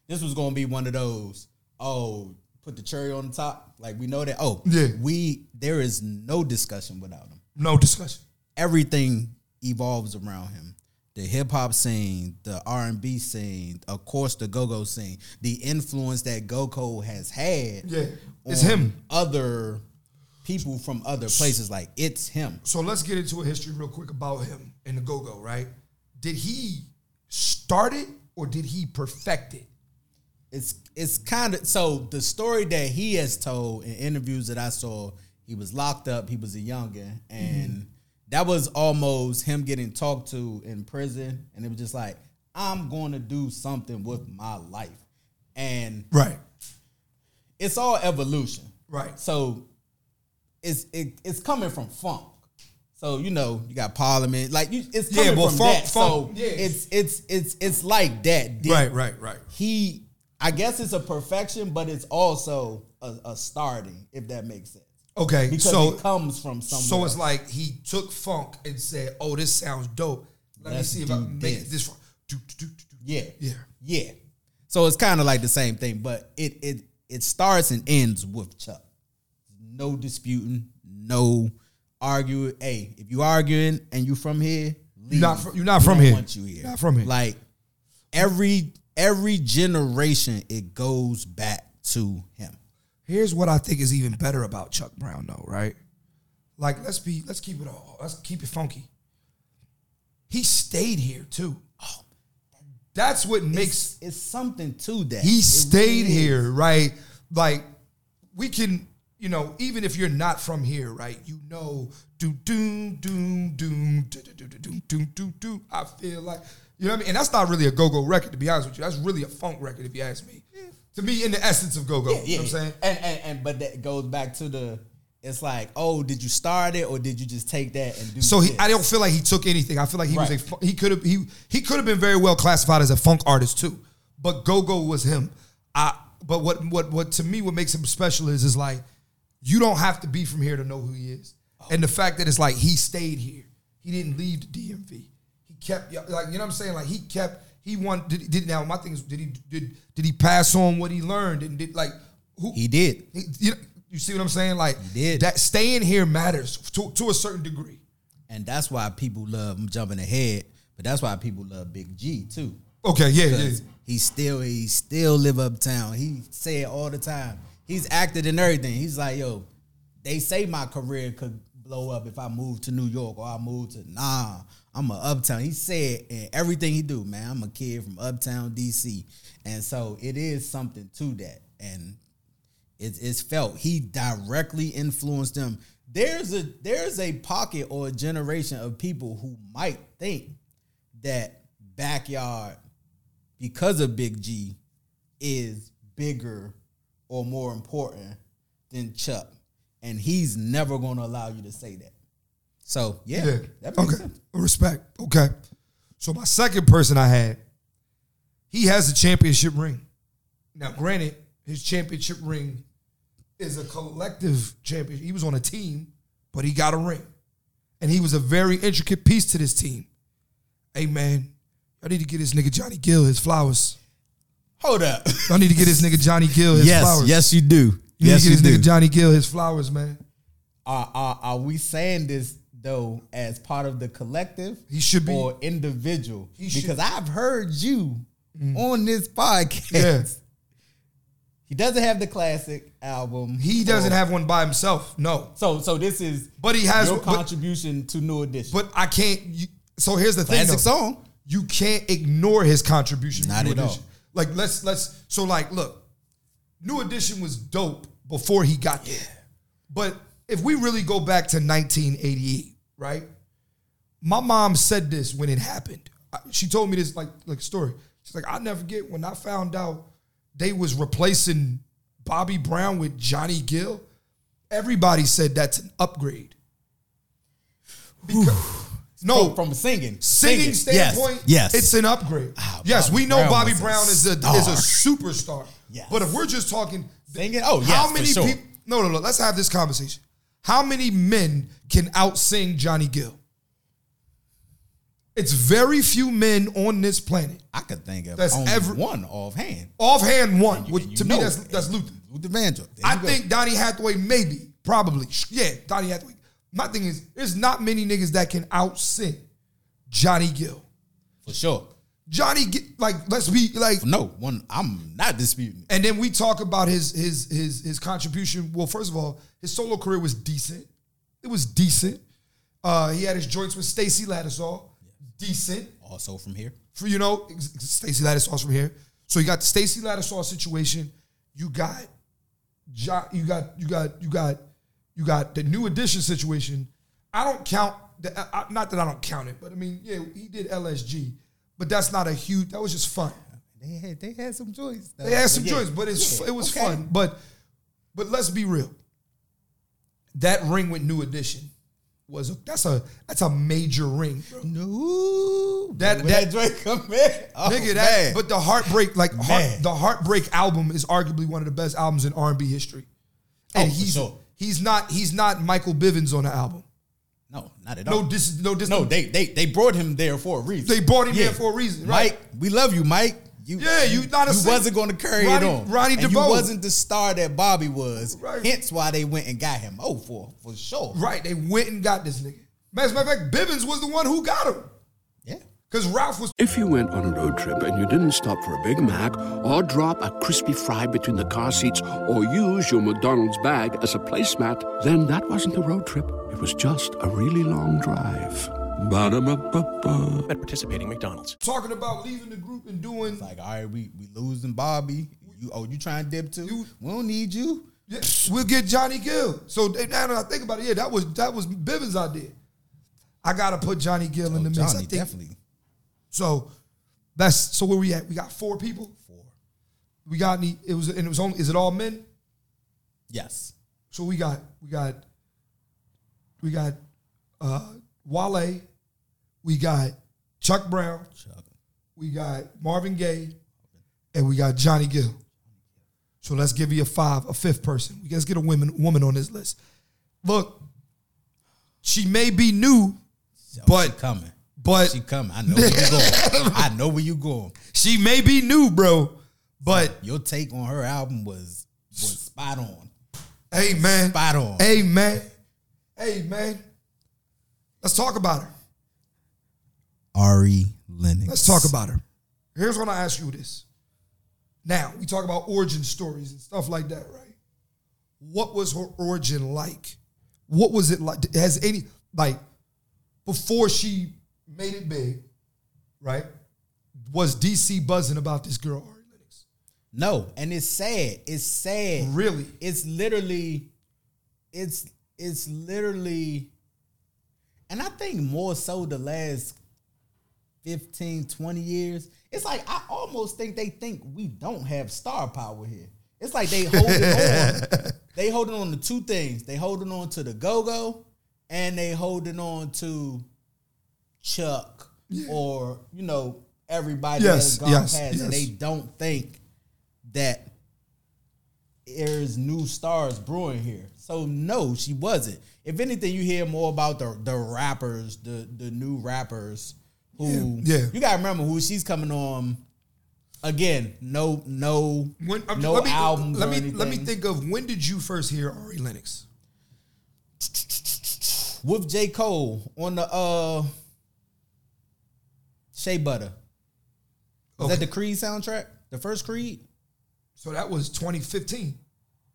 Speaker 2: This was going to be one of those. Oh, put the cherry on the top. Like we know that. Oh,
Speaker 1: Yeah.
Speaker 2: We there is no discussion without him.
Speaker 1: No discussion.
Speaker 2: everything evolves around him. The hip hop scene, the R and B scene, of course, the go go scene, the influence that Go-Go has had.
Speaker 1: Yeah, it's
Speaker 2: on
Speaker 1: him.
Speaker 2: Other people from other places, like it's him.
Speaker 1: So let's get into a history real quick about him and the go-go, right? Did he start it or did he perfect it?
Speaker 2: It's it's kind of so the story that he has told in interviews that I saw. He was locked up. He was a youngin, and
Speaker 1: Mm-hmm.
Speaker 2: that was almost him getting talked to in prison. And it was just like, I'm going to do something with my life, and
Speaker 1: Right.
Speaker 2: it's all evolution.
Speaker 1: Right.
Speaker 2: So it's it, it's coming from funk. So you know you got Parliament, like you, it's
Speaker 1: Yeah,
Speaker 2: coming
Speaker 1: well,
Speaker 2: from
Speaker 1: funk-
Speaker 2: that.
Speaker 1: funk,
Speaker 2: so
Speaker 1: yeah.
Speaker 2: it's it's it's it's like that. Did-
Speaker 1: Right, right, right.
Speaker 2: He, I guess it's a perfection, but it's also a, a starting, if that makes sense,
Speaker 1: Okay,
Speaker 2: because
Speaker 1: so
Speaker 2: it comes from somewhere.
Speaker 1: So it's
Speaker 2: else.
Speaker 1: like he took funk and said, "Oh, this sounds dope. Let
Speaker 2: Let's
Speaker 1: me see if I
Speaker 2: do
Speaker 1: can make
Speaker 2: this."
Speaker 1: this funk." Do, do, do, do, do.
Speaker 2: yeah,
Speaker 1: Yeah.
Speaker 2: yeah. So it's kind of like the same thing, but it it it starts and ends with Chuck. no disputing, no arguing. Hey, if you arguing and you from here, leave.
Speaker 1: not fr- you're not
Speaker 2: We
Speaker 1: from
Speaker 2: don't
Speaker 1: here.
Speaker 2: Want you here?
Speaker 1: Not from here.
Speaker 2: Like every every generation, it goes back to him.
Speaker 1: Here's what I think is even better about Chuck Brown, though. Right? Like, let's be, let's keep it all, let's keep it funky. He stayed here too. That's what makes
Speaker 2: Oh. It's, it's something to that.
Speaker 1: he
Speaker 2: It
Speaker 1: stayed
Speaker 2: really is.
Speaker 1: here, right? Like we can, you know, even if you're not from here, right? You know, do do do do do do do do do do. I feel like you know what I mean, and that's not really a go-go record, to be honest with you. That's really a funk record, if you ask me. To me, in the essence of go-go, you
Speaker 2: Yeah,
Speaker 1: know what I'm saying?
Speaker 2: and, and and but that goes back to the. It's like, oh, did you start it or did you just take that and do?
Speaker 1: So he,
Speaker 2: this?
Speaker 1: I don't feel like he took anything. I feel like he
Speaker 2: Right.
Speaker 1: was a fu- he could have he he could have been very well classified as a funk artist too. But Go Go was him. I but what what what to me what makes him special is is like you don't have to be from here to know who he is,
Speaker 2: Oh.
Speaker 1: and the fact that it's like he stayed here. He didn't leave the DMV. He kept y- like you know what I'm saying. Like he kept he won. Did, did now my thing is did he did did he pass on what he learned and did like who
Speaker 2: He did.
Speaker 1: he- you, you see what I'm saying? Like
Speaker 2: did.
Speaker 1: that staying here matters to to a certain degree.
Speaker 2: And that's why people love I'm jumping ahead, but that's why people love Big G too.
Speaker 1: Okay, yeah, yeah.
Speaker 2: 'Cause He still he still live uptown. He say it all the time. He's acted in everything. He's like, yo, they say my career could blow up if I move to New York or I move to nah. I'm a uptown. He said in everything he do, man. I'm a kid from uptown DC, and so it is something to that. And it's, it's felt. He directly influenced them. There's a there's a pocket or a generation of people who might think that backyard because of Big G is bigger or more important than Chuck, and he's never going to allow you to say that. So yeah,
Speaker 1: Yeah.
Speaker 2: that
Speaker 1: okay.
Speaker 2: makes sense.
Speaker 1: Respect. Okay. So my second person I had, he has a championship ring. Now, granted, his championship ring is a collective championship. He was on a team, but he got a ring. And he was a very intricate piece to this team. Hey man, y'all need to get this nigga Johnny Gill his flowers. (laughs)
Speaker 2: Hold up.
Speaker 1: Y'all need to get this nigga Johnny Gill his flowers.
Speaker 2: yes, you do.
Speaker 1: You need to get this nigga Johnny Gill his flowers, man.
Speaker 2: Are, are are we saying this though as part of the collective?
Speaker 1: He should be.
Speaker 2: or individual.
Speaker 1: He should- Mm.
Speaker 2: because I've heard you on this podcast.
Speaker 1: Yeah.
Speaker 2: He doesn't have the classic album.
Speaker 1: He doesn't
Speaker 2: So-
Speaker 1: have one by himself. No.
Speaker 2: So so this is
Speaker 1: But he has
Speaker 2: your
Speaker 1: but-
Speaker 2: contribution to New Edition.
Speaker 1: But I can't. You, so here's the thing.
Speaker 2: Classic
Speaker 1: though.
Speaker 2: song.
Speaker 1: You can't ignore his contribution. to
Speaker 2: Not
Speaker 1: New
Speaker 2: at all.
Speaker 1: Edition. Like let's let's. So like, look, New Edition was dope before he got there. But if we really go back to 1988, right? My mom said this when it happened. I- She told me this like like story. She's like, I never forget when I found out they was replacing Bobby Brown with Johnny Gill. Everybody said that's an upgrade. Because, No.
Speaker 2: from, from singing.
Speaker 1: Singing standpoint,
Speaker 2: Yes.
Speaker 1: it's an upgrade.
Speaker 2: Ah,
Speaker 1: yes,
Speaker 2: Bobby
Speaker 1: we know
Speaker 2: Brown
Speaker 1: Bobby
Speaker 2: was a
Speaker 1: Brown is a is a superstar.
Speaker 2: Yes.
Speaker 1: But if we're just talking
Speaker 2: Singing? Oh, yes,
Speaker 1: how
Speaker 2: for
Speaker 1: many
Speaker 2: sure.
Speaker 1: people no no no, let's have this conversation. How many men can outsing Johnny Gill? It's very few men on this planet.
Speaker 2: I could think of
Speaker 1: That's
Speaker 2: only
Speaker 1: every-
Speaker 2: one offhand.
Speaker 1: Offhand one,
Speaker 2: And you-
Speaker 1: which
Speaker 2: and you
Speaker 1: to me
Speaker 2: know
Speaker 1: that's
Speaker 2: it.
Speaker 1: that's Luther.
Speaker 2: Luther Vandross. There
Speaker 1: I
Speaker 2: you go.
Speaker 1: think Donnie Hathaway, maybe, probably. Sh- Yeah, Donnie Hathaway. My thing is, there's not many niggas that can out sing Johnny Gill.
Speaker 2: for sure.
Speaker 1: Johnny, Gill, like, let's be like,
Speaker 2: No, one. I'm not disputing. it.
Speaker 1: and then we talk about his his his his contribution. Well, first of all, his solo career was decent. It was decent. Uh, he had his joints with Stacy Lattisaw. Decent.
Speaker 2: Also from here.
Speaker 1: for you know Stacy Lattisaw's from here. So you got the Stacy Lattisaw situation. You got Jo- you got you got you got you got the new edition situation. I don't count the I, I- not that I don't count it, but I mean yeah, he did LSG, but that's not a huge. That was just fun.
Speaker 2: They had they had some joints.
Speaker 1: They had some joints, but it's it was fun. But but let's be real. That ring with New Edition was a, that's a that's a major ring, bro.
Speaker 2: No,
Speaker 1: That-
Speaker 2: that
Speaker 1: that-
Speaker 2: that joint come in. Oh,
Speaker 1: Nigga, that,
Speaker 2: man.
Speaker 1: but the heartbreak, like heart,
Speaker 2: Man.
Speaker 1: the heartbreak album is arguably one of the best albums in R and B history.
Speaker 2: Oh,
Speaker 1: And
Speaker 2: for
Speaker 1: he's
Speaker 2: sure.
Speaker 1: he's not he's not Michael Bivins on the album.
Speaker 2: no, not at all.
Speaker 1: No dis no dis
Speaker 2: no, they they they brought him there for a reason.
Speaker 1: They brought him
Speaker 2: Yeah.
Speaker 1: there for a reason, right?
Speaker 2: Mike, we love you, Mike. You,
Speaker 1: Yeah, you not a
Speaker 2: you
Speaker 1: sing-
Speaker 2: wasn't going to carry
Speaker 1: Ronnie-
Speaker 2: it on.
Speaker 1: Ronnie
Speaker 2: and you
Speaker 1: DeVoe.
Speaker 2: wasn't the star that Bobby was.
Speaker 1: Right.
Speaker 2: Hence why they went and got him. Oh, for for sure.
Speaker 1: Right, they went and got this nigga. As a matter of fact, Bivins was the one who got him
Speaker 2: Yeah.
Speaker 1: because Ralph was
Speaker 4: If you went on a road trip and you didn't stop for a Big Mac or drop a crispy fry between the car seats or use your McDonald's bag as a placemat, then that wasn't a road trip. It was just a really long drive. Ba-da-ba-ba-ba.
Speaker 5: at participating McDonald's.
Speaker 1: talking about leaving the group and doing.
Speaker 2: Like, all right, we we losing Bobby. You oh, you trying to dip too?
Speaker 1: You-
Speaker 2: we don't need you.
Speaker 1: Yeah, we'll get Johnny Gill. So they- now that I think about it, yeah, that was that was Bivins' idea. I gotta put Johnny Gill in
Speaker 2: Oh,
Speaker 1: the mix. I
Speaker 2: Johnny,
Speaker 1: think-
Speaker 2: definitely.
Speaker 1: So that's so where we at? We got four people. Four. We got any? It was and it was only. Is it all men?
Speaker 2: Yes.
Speaker 1: So we got we got we got uh, Wale. We got Chuck Brown.
Speaker 2: Chuck.
Speaker 1: We got Marvin Gaye, and we got Johnny Gill. So let's give you a five, a fifth person. We let's get a women woman on this list. Look, she may be new,
Speaker 2: Oh, she
Speaker 1: But-
Speaker 2: coming.
Speaker 1: but
Speaker 2: She coming. I know where you
Speaker 1: (laughs)
Speaker 2: going. I know where you going.
Speaker 1: she may be new, bro. But
Speaker 2: Your take on her album was was spot on.
Speaker 1: hey, man,
Speaker 2: Spot on.
Speaker 1: Hey man, hey man, let's talk about her.
Speaker 2: Ari Lennox.
Speaker 1: Let's talk about her. Here's when I ask you this. Now we talk about origin stories and stuff like that, right? What was her origin like? What was it like? Has any like before she made it big, right? Was DC buzzing about this girl Ari Lennox?
Speaker 2: No, and it's sad. It's sad.
Speaker 1: Really?
Speaker 2: It's literally, it's it's literally, and I think more so the last 15, 20 years. It's like I almost think they think we don't have star power here. It's like they holding on. They holding on to two things. They holding on to the go go, and they holding on to Chuck or you know everybody
Speaker 1: Yes,
Speaker 2: that's gone
Speaker 1: yes,
Speaker 2: past,
Speaker 1: yes.
Speaker 2: and they don't think that there's new stars brewing here. So no, she wasn't. If anything, you hear more about the the rappers, the the new rappers who
Speaker 1: Yeah, yeah.
Speaker 2: you gotta remember who she's coming on. Again, no no
Speaker 1: When, I'm-
Speaker 2: no
Speaker 1: let me,
Speaker 2: albums.
Speaker 1: Let
Speaker 2: or
Speaker 1: me let me
Speaker 2: anything.
Speaker 1: think of when did you first hear Ari Lennox?
Speaker 2: with J Cole on the uh Shea Butter. Was
Speaker 1: Okay.
Speaker 2: that the Creed soundtrack? The first Creed?
Speaker 1: So that was 2015,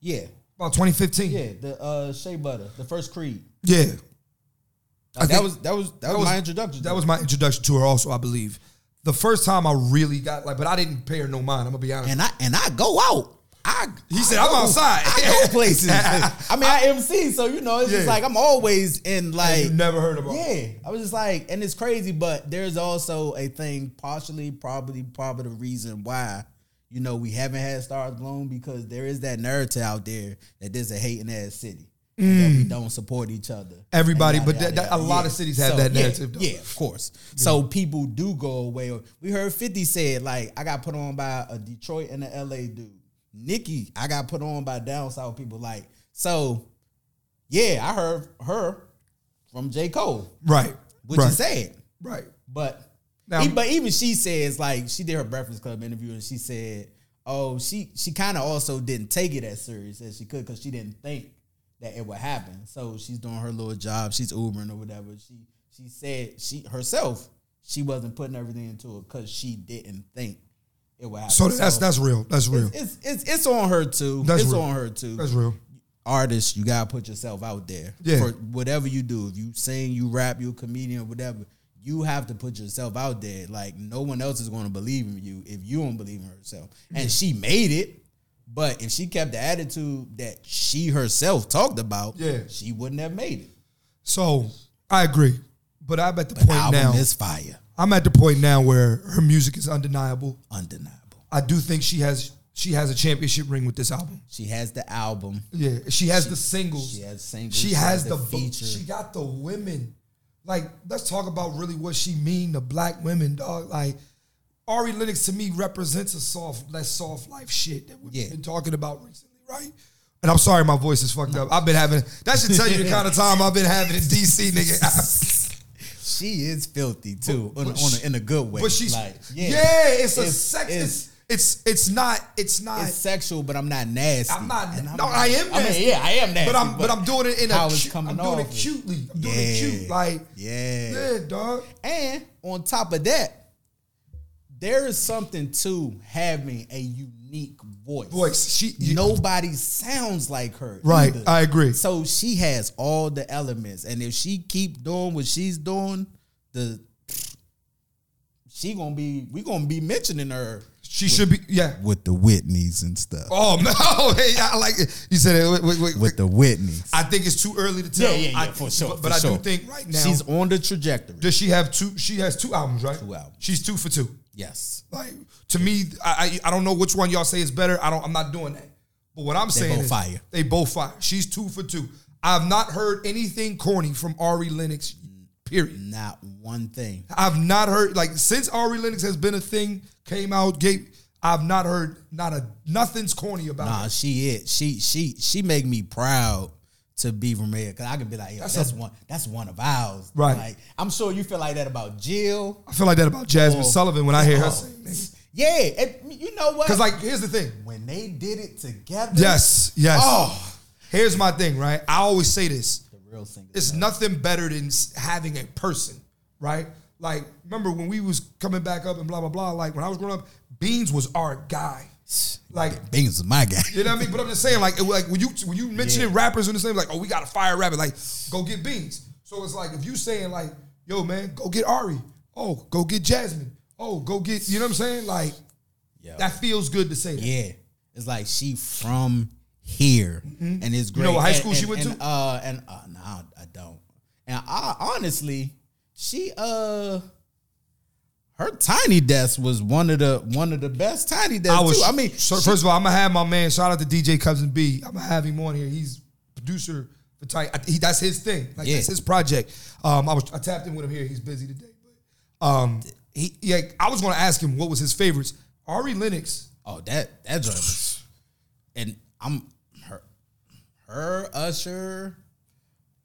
Speaker 2: Yeah.
Speaker 1: about 2015.
Speaker 2: Yeah, the uh Shea Butter, the first Creed.
Speaker 1: yeah.
Speaker 2: Like, that
Speaker 1: think-
Speaker 2: was that was that, was, my introduction.
Speaker 1: That was my introduction to her, also, I believe. The first time I really got like, but I didn't pay her no mind. I'm gonna be honest.
Speaker 2: and I and I go out. I
Speaker 1: he
Speaker 2: I
Speaker 1: said, "I'm
Speaker 2: go-
Speaker 1: outside."
Speaker 2: (laughs) I go
Speaker 1: (laughs)
Speaker 2: places. (laughs) I mean, I MC, so you know, it's just
Speaker 1: Yeah.
Speaker 2: like I'm always in like
Speaker 1: you never heard about. her.
Speaker 2: Yeah, I was just like, and it's crazy, but there's also a thing, partially, probably, probably the reason why you know we haven't had stars blown because there is that narrative out there that there's a hating ass city, that we don't support each other.
Speaker 1: Mm. Everybody,
Speaker 2: And
Speaker 1: but that- that- a lot of cities have that
Speaker 2: yeah,
Speaker 1: narrative, though.
Speaker 2: Yeah, of course. So people do go away. We heard Fifty said like I got put on by a Detroit and a LA dude. Nikki, I got put on by down south people. Like so, yeah, I heard her from J Cole,
Speaker 1: Right.
Speaker 2: which
Speaker 1: right.
Speaker 2: is sad.
Speaker 1: Right.
Speaker 2: But
Speaker 1: Now-
Speaker 2: e- but even she says like she did her Breakfast Club interview and she said, oh she she kind of also didn't take it as serious as she could because she didn't think that it would happen. So she's doing her little job. She's Ubering or whatever. She she said she herself she wasn't putting everything into it because she didn't think it would happen.
Speaker 1: So that's that's real. That's real.
Speaker 2: It's, it's it's it's on her too.
Speaker 1: That's
Speaker 2: it's
Speaker 1: real.
Speaker 2: on her too
Speaker 1: That's real.
Speaker 2: artist, you gotta put yourself out there.
Speaker 1: Yeah.
Speaker 2: For whatever you do, if you sing, you rap, you a comedian, whatever, you have to put yourself out there. Like no one else is gonna believe in you if you don't believe in herself.
Speaker 1: Mm-hmm.
Speaker 2: And she made it, but if she kept the attitude that she herself talked about,
Speaker 1: Yeah.
Speaker 2: she wouldn't have made it.
Speaker 1: So I agree, but I'm at the
Speaker 2: The
Speaker 1: point
Speaker 2: album
Speaker 1: now.
Speaker 2: is fire,
Speaker 1: I'm at the point now where her music is undeniable.
Speaker 2: undeniable.
Speaker 1: I do think she has she has a championship ring with this album.
Speaker 2: She has the album.
Speaker 1: Yeah, she has the singles.
Speaker 2: She has singles.
Speaker 1: She has the, vo-
Speaker 2: feature.
Speaker 1: She got the women. Like, let's talk about really what she mean to black women, dog. Like, Ari Lennox to me represents a soft, less soft life shit that we've
Speaker 2: Yeah.
Speaker 1: been talking about recently, right? And I'm sorry, my voice is fucked up. I've been having that should tell you the kind of time I've been having in
Speaker 2: (laughs)
Speaker 1: DC, nigga.
Speaker 2: she is filthy too, on,
Speaker 1: but
Speaker 2: on a,
Speaker 1: she-
Speaker 2: in a good way.
Speaker 1: (laughs) but she's
Speaker 2: like,
Speaker 1: yeah. it's a sex. It's, it's it's not it's not.
Speaker 2: it's sexual, but I'm not nasty.
Speaker 1: I'm not.
Speaker 2: And
Speaker 1: no, I am.
Speaker 2: I
Speaker 1: nasty,
Speaker 2: mean, yeah, I am nasty.
Speaker 1: But I'm but I'm doing it in
Speaker 2: how
Speaker 1: a.
Speaker 2: it's
Speaker 1: Cu-
Speaker 2: coming
Speaker 1: I'm doing it
Speaker 2: off is-
Speaker 1: cutely. I'm doing it cute.
Speaker 2: Yeah.
Speaker 1: Like
Speaker 2: Yeah.
Speaker 1: yeah, dog.
Speaker 2: And on top of that, there is something to having a unique voice.
Speaker 1: Voice. She you-
Speaker 2: Nobody sounds like her.
Speaker 1: Right,
Speaker 2: either.
Speaker 1: I agree.
Speaker 2: So she has all the elements, and if she keep doing what she's doing, the she gonna be we gonna be mentioning her
Speaker 1: She should be. Yeah.
Speaker 2: with the Whitneys and stuff.
Speaker 1: Oh (laughs) no! Hey, I like it. You said it. Wait, wait, wait.
Speaker 2: With the Whitneys,
Speaker 1: I think it's too early to
Speaker 2: Yeah,
Speaker 1: tell.
Speaker 2: yeah, yeah,
Speaker 1: I-
Speaker 2: for sure,
Speaker 1: But, but
Speaker 2: for
Speaker 1: I
Speaker 2: sure.
Speaker 1: do think right now
Speaker 2: she's on the trajectory.
Speaker 1: does she have two? She has two albums, right?
Speaker 2: Two albums.
Speaker 1: She's two for two.
Speaker 2: yes,
Speaker 1: Like to me, I, I I don't know which one y'all say is better. I don't. I'm not doing that. But what I'm saying
Speaker 2: both
Speaker 1: is
Speaker 2: fire.
Speaker 1: they both fire. She's two for two. I've not heard anything corny from Ari Lennox. Period.
Speaker 2: not one thing.
Speaker 1: I've not heard like since Ari Lennox has been a thing, came out, gave. I've not heard not a nothing's corny about.
Speaker 2: Nah,
Speaker 1: it.
Speaker 2: she it. She she she make me proud to be from here because I can be like, Yo, that's, one. That's one of ours.
Speaker 1: Right.
Speaker 2: Like I'm sure you feel like that about Jill.
Speaker 1: I feel like that about Jasmine
Speaker 2: Oh.
Speaker 1: Sullivan when I hear her
Speaker 2: Oh,
Speaker 1: sing.
Speaker 2: Yeah. And you know what?
Speaker 1: Because like, here's the thing.
Speaker 2: when they did it together.
Speaker 1: Yes, yes.
Speaker 2: Oh,
Speaker 1: Here's my thing, right? I always say this.
Speaker 2: the real singer.
Speaker 1: It's nothing better than s- having a person, right? Like, remember when we was coming back up and blah blah blah. Like when I was growing up, Beans was our guy. Like,
Speaker 2: Bing's my guy.
Speaker 1: you know what I mean? But I'm just saying, like, it, like when you when you mentioning rappers in the same, like, oh, we got to fire rapper. Like, go get Beans. So it's like if you saying like, yo, man, go get Ari. Oh, go get Jasmine. Oh, go get. You know what I'm saying? Like,
Speaker 2: Yeah.
Speaker 1: that feels good to say. That.
Speaker 2: Yeah. It's like she from here, and it's
Speaker 1: Mm-hmm.
Speaker 2: great.
Speaker 1: know what high
Speaker 2: And-
Speaker 1: school she
Speaker 2: and-
Speaker 1: went
Speaker 2: and,
Speaker 1: to?
Speaker 2: Uh, and uh, no, I I don't. And I honestly, she uh, her tiny desk was one of the one of the best tiny desks.
Speaker 1: I was.
Speaker 2: too. I mean,
Speaker 1: so
Speaker 2: she-
Speaker 1: first of all, I'm gonna have my man. Shout out to DJ Cousin B. I'm gonna have him on here. He's producer for Tight. I- He, that's his thing. Like
Speaker 2: Yeah.
Speaker 1: that's his project. Um, I was I tapped in with him here. He's busy today. But um, he yeah. I was gonna ask him what was his favorites. Ari Lennox.
Speaker 2: oh that that joint, was- and I'm her, her Usher,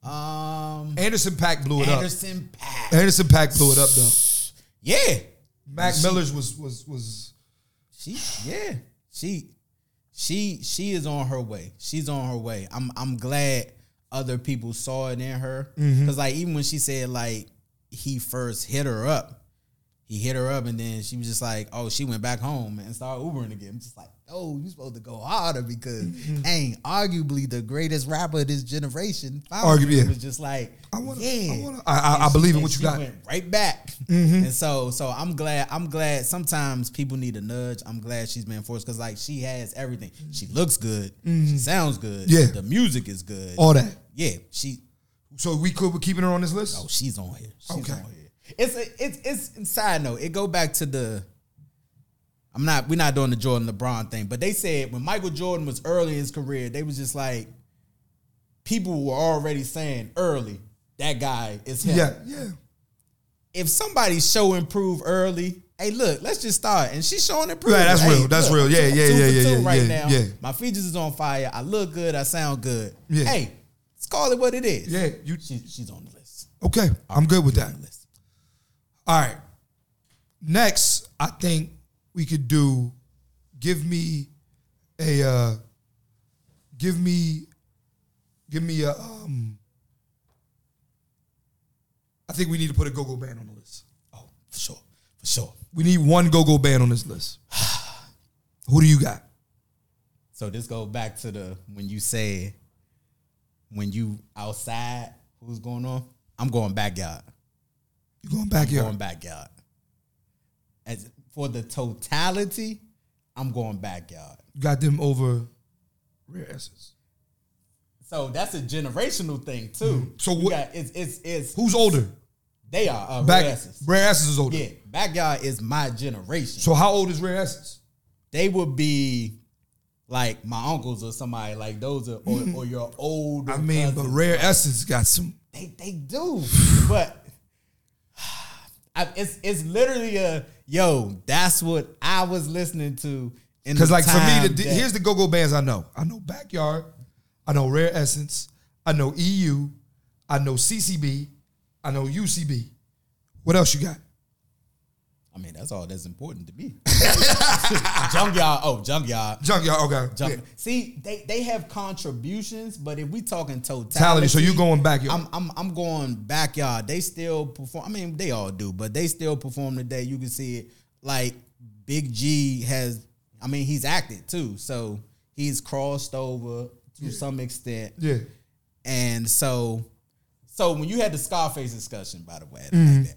Speaker 2: um,
Speaker 1: Anderson Pack blew it
Speaker 2: Anderson Paak.
Speaker 1: up. Anderson Pack blew it up though.
Speaker 2: Yeah,
Speaker 1: Mac Miller's was was was
Speaker 2: She yeah. She she she is on her way. She's on her way. I'm I'm glad other people saw it in her.
Speaker 1: Mm-hmm.
Speaker 2: Cause like even when she said like he first hit her up, he hit her up and then she was just like, Oh, she went back home and started Ubering again. I'm just like, oh, you supposed to go harder because
Speaker 1: Mm-hmm.
Speaker 2: dang, arguably the greatest rapper of this generation. found
Speaker 1: Argu-
Speaker 2: you.
Speaker 1: yeah.
Speaker 2: It was just like
Speaker 1: I wanna- I
Speaker 2: yeah.
Speaker 1: wanna- I- I- I
Speaker 2: And
Speaker 1: believe in
Speaker 2: and
Speaker 1: what you
Speaker 2: she
Speaker 1: got. Mm-hmm.
Speaker 2: went right back. And so so I'm glad I'm glad sometimes people need a nudge. I'm glad she's been forced because like she has everything. She looks good. She sounds good.
Speaker 1: Mm-hmm. Yeah.
Speaker 2: The music is good.
Speaker 1: all that.
Speaker 2: yeah. She
Speaker 1: So we could we're keeping her on this list.
Speaker 2: oh she's on here. She's
Speaker 1: Okay.
Speaker 2: on here. It's a, it's it's side note. It go back to the I'm not we're not doing the Jordan LeBron thing, but they said when Michael Jordan was early in his career, they was just like people were already saying early that guy is him.
Speaker 1: Yeah, yeah.
Speaker 2: If somebody's show improve early, hey, look, let's just start. And she's showing improve.
Speaker 1: Right, that's
Speaker 2: Hey,
Speaker 1: real, that's real. Yeah,
Speaker 2: I'm
Speaker 1: yeah,
Speaker 2: two
Speaker 1: yeah,
Speaker 2: for
Speaker 1: yeah,
Speaker 2: two
Speaker 1: yeah,
Speaker 2: Right
Speaker 1: yeah,
Speaker 2: now,
Speaker 1: yeah.
Speaker 2: my features is on fire. I look good. I sound good.
Speaker 1: Yeah.
Speaker 2: Hey, let's call it what it is.
Speaker 1: Yeah, you-
Speaker 2: she, she's on the list.
Speaker 1: Okay, I'm good with that.
Speaker 2: On the list.
Speaker 1: All right. Next, I think we could do give me a uh give me give me a um I think we need to put a go-go band on the list.
Speaker 2: Oh, for sure, for sure.
Speaker 1: We need one go-go band on this list. (sighs) Who do you got?
Speaker 2: So this goes back to the when you say when you outside, who's going on? I'm going backyard.
Speaker 1: You going back
Speaker 2: I'm
Speaker 1: here?
Speaker 2: going backyard. As for the totality, I'm going backyard.
Speaker 1: You got them over rare essence.
Speaker 2: So that's a generational thing too.
Speaker 1: Mm-hmm. So
Speaker 2: You
Speaker 1: what-
Speaker 2: got- it's it's it's
Speaker 1: Who's older?
Speaker 2: they are uh,
Speaker 1: Back
Speaker 2: rare asses.
Speaker 1: rare essence is older.
Speaker 2: Yeah, backyard is my generation.
Speaker 1: So how old is rare essence?
Speaker 2: they would be like my uncles or somebody like those are or, or your older.
Speaker 1: Mm-hmm. I mean, but
Speaker 2: cousins.
Speaker 1: rare essence got some
Speaker 2: They
Speaker 1: (sighs)
Speaker 2: they do, but I, it's it's literally a yo. That's what I was listening to. in
Speaker 1: Because like for me,
Speaker 2: time
Speaker 1: the,
Speaker 2: that-
Speaker 1: here's the go-go bands I know. I know Backyard, I know Rare Essence, I know EU, I know CCB, I know UCB. What else you got?
Speaker 2: I mean, that's all that's important to me. (laughs) junkyard, oh junkyard,
Speaker 1: Junkyard. Okay.
Speaker 2: junk.
Speaker 1: Yeah.
Speaker 2: See, they they have contributions, but if we talking totality,
Speaker 1: Talent. So you going Backyard?
Speaker 2: I'm I'm I'm going backyard. They still perform. I mean, they all do, but they still perform today. You can see it. Like Big G has. I mean, he's acted too, so he's crossed over to some extent.
Speaker 1: yeah.
Speaker 2: And so, so when you had the Scarface discussion, by the way, like that,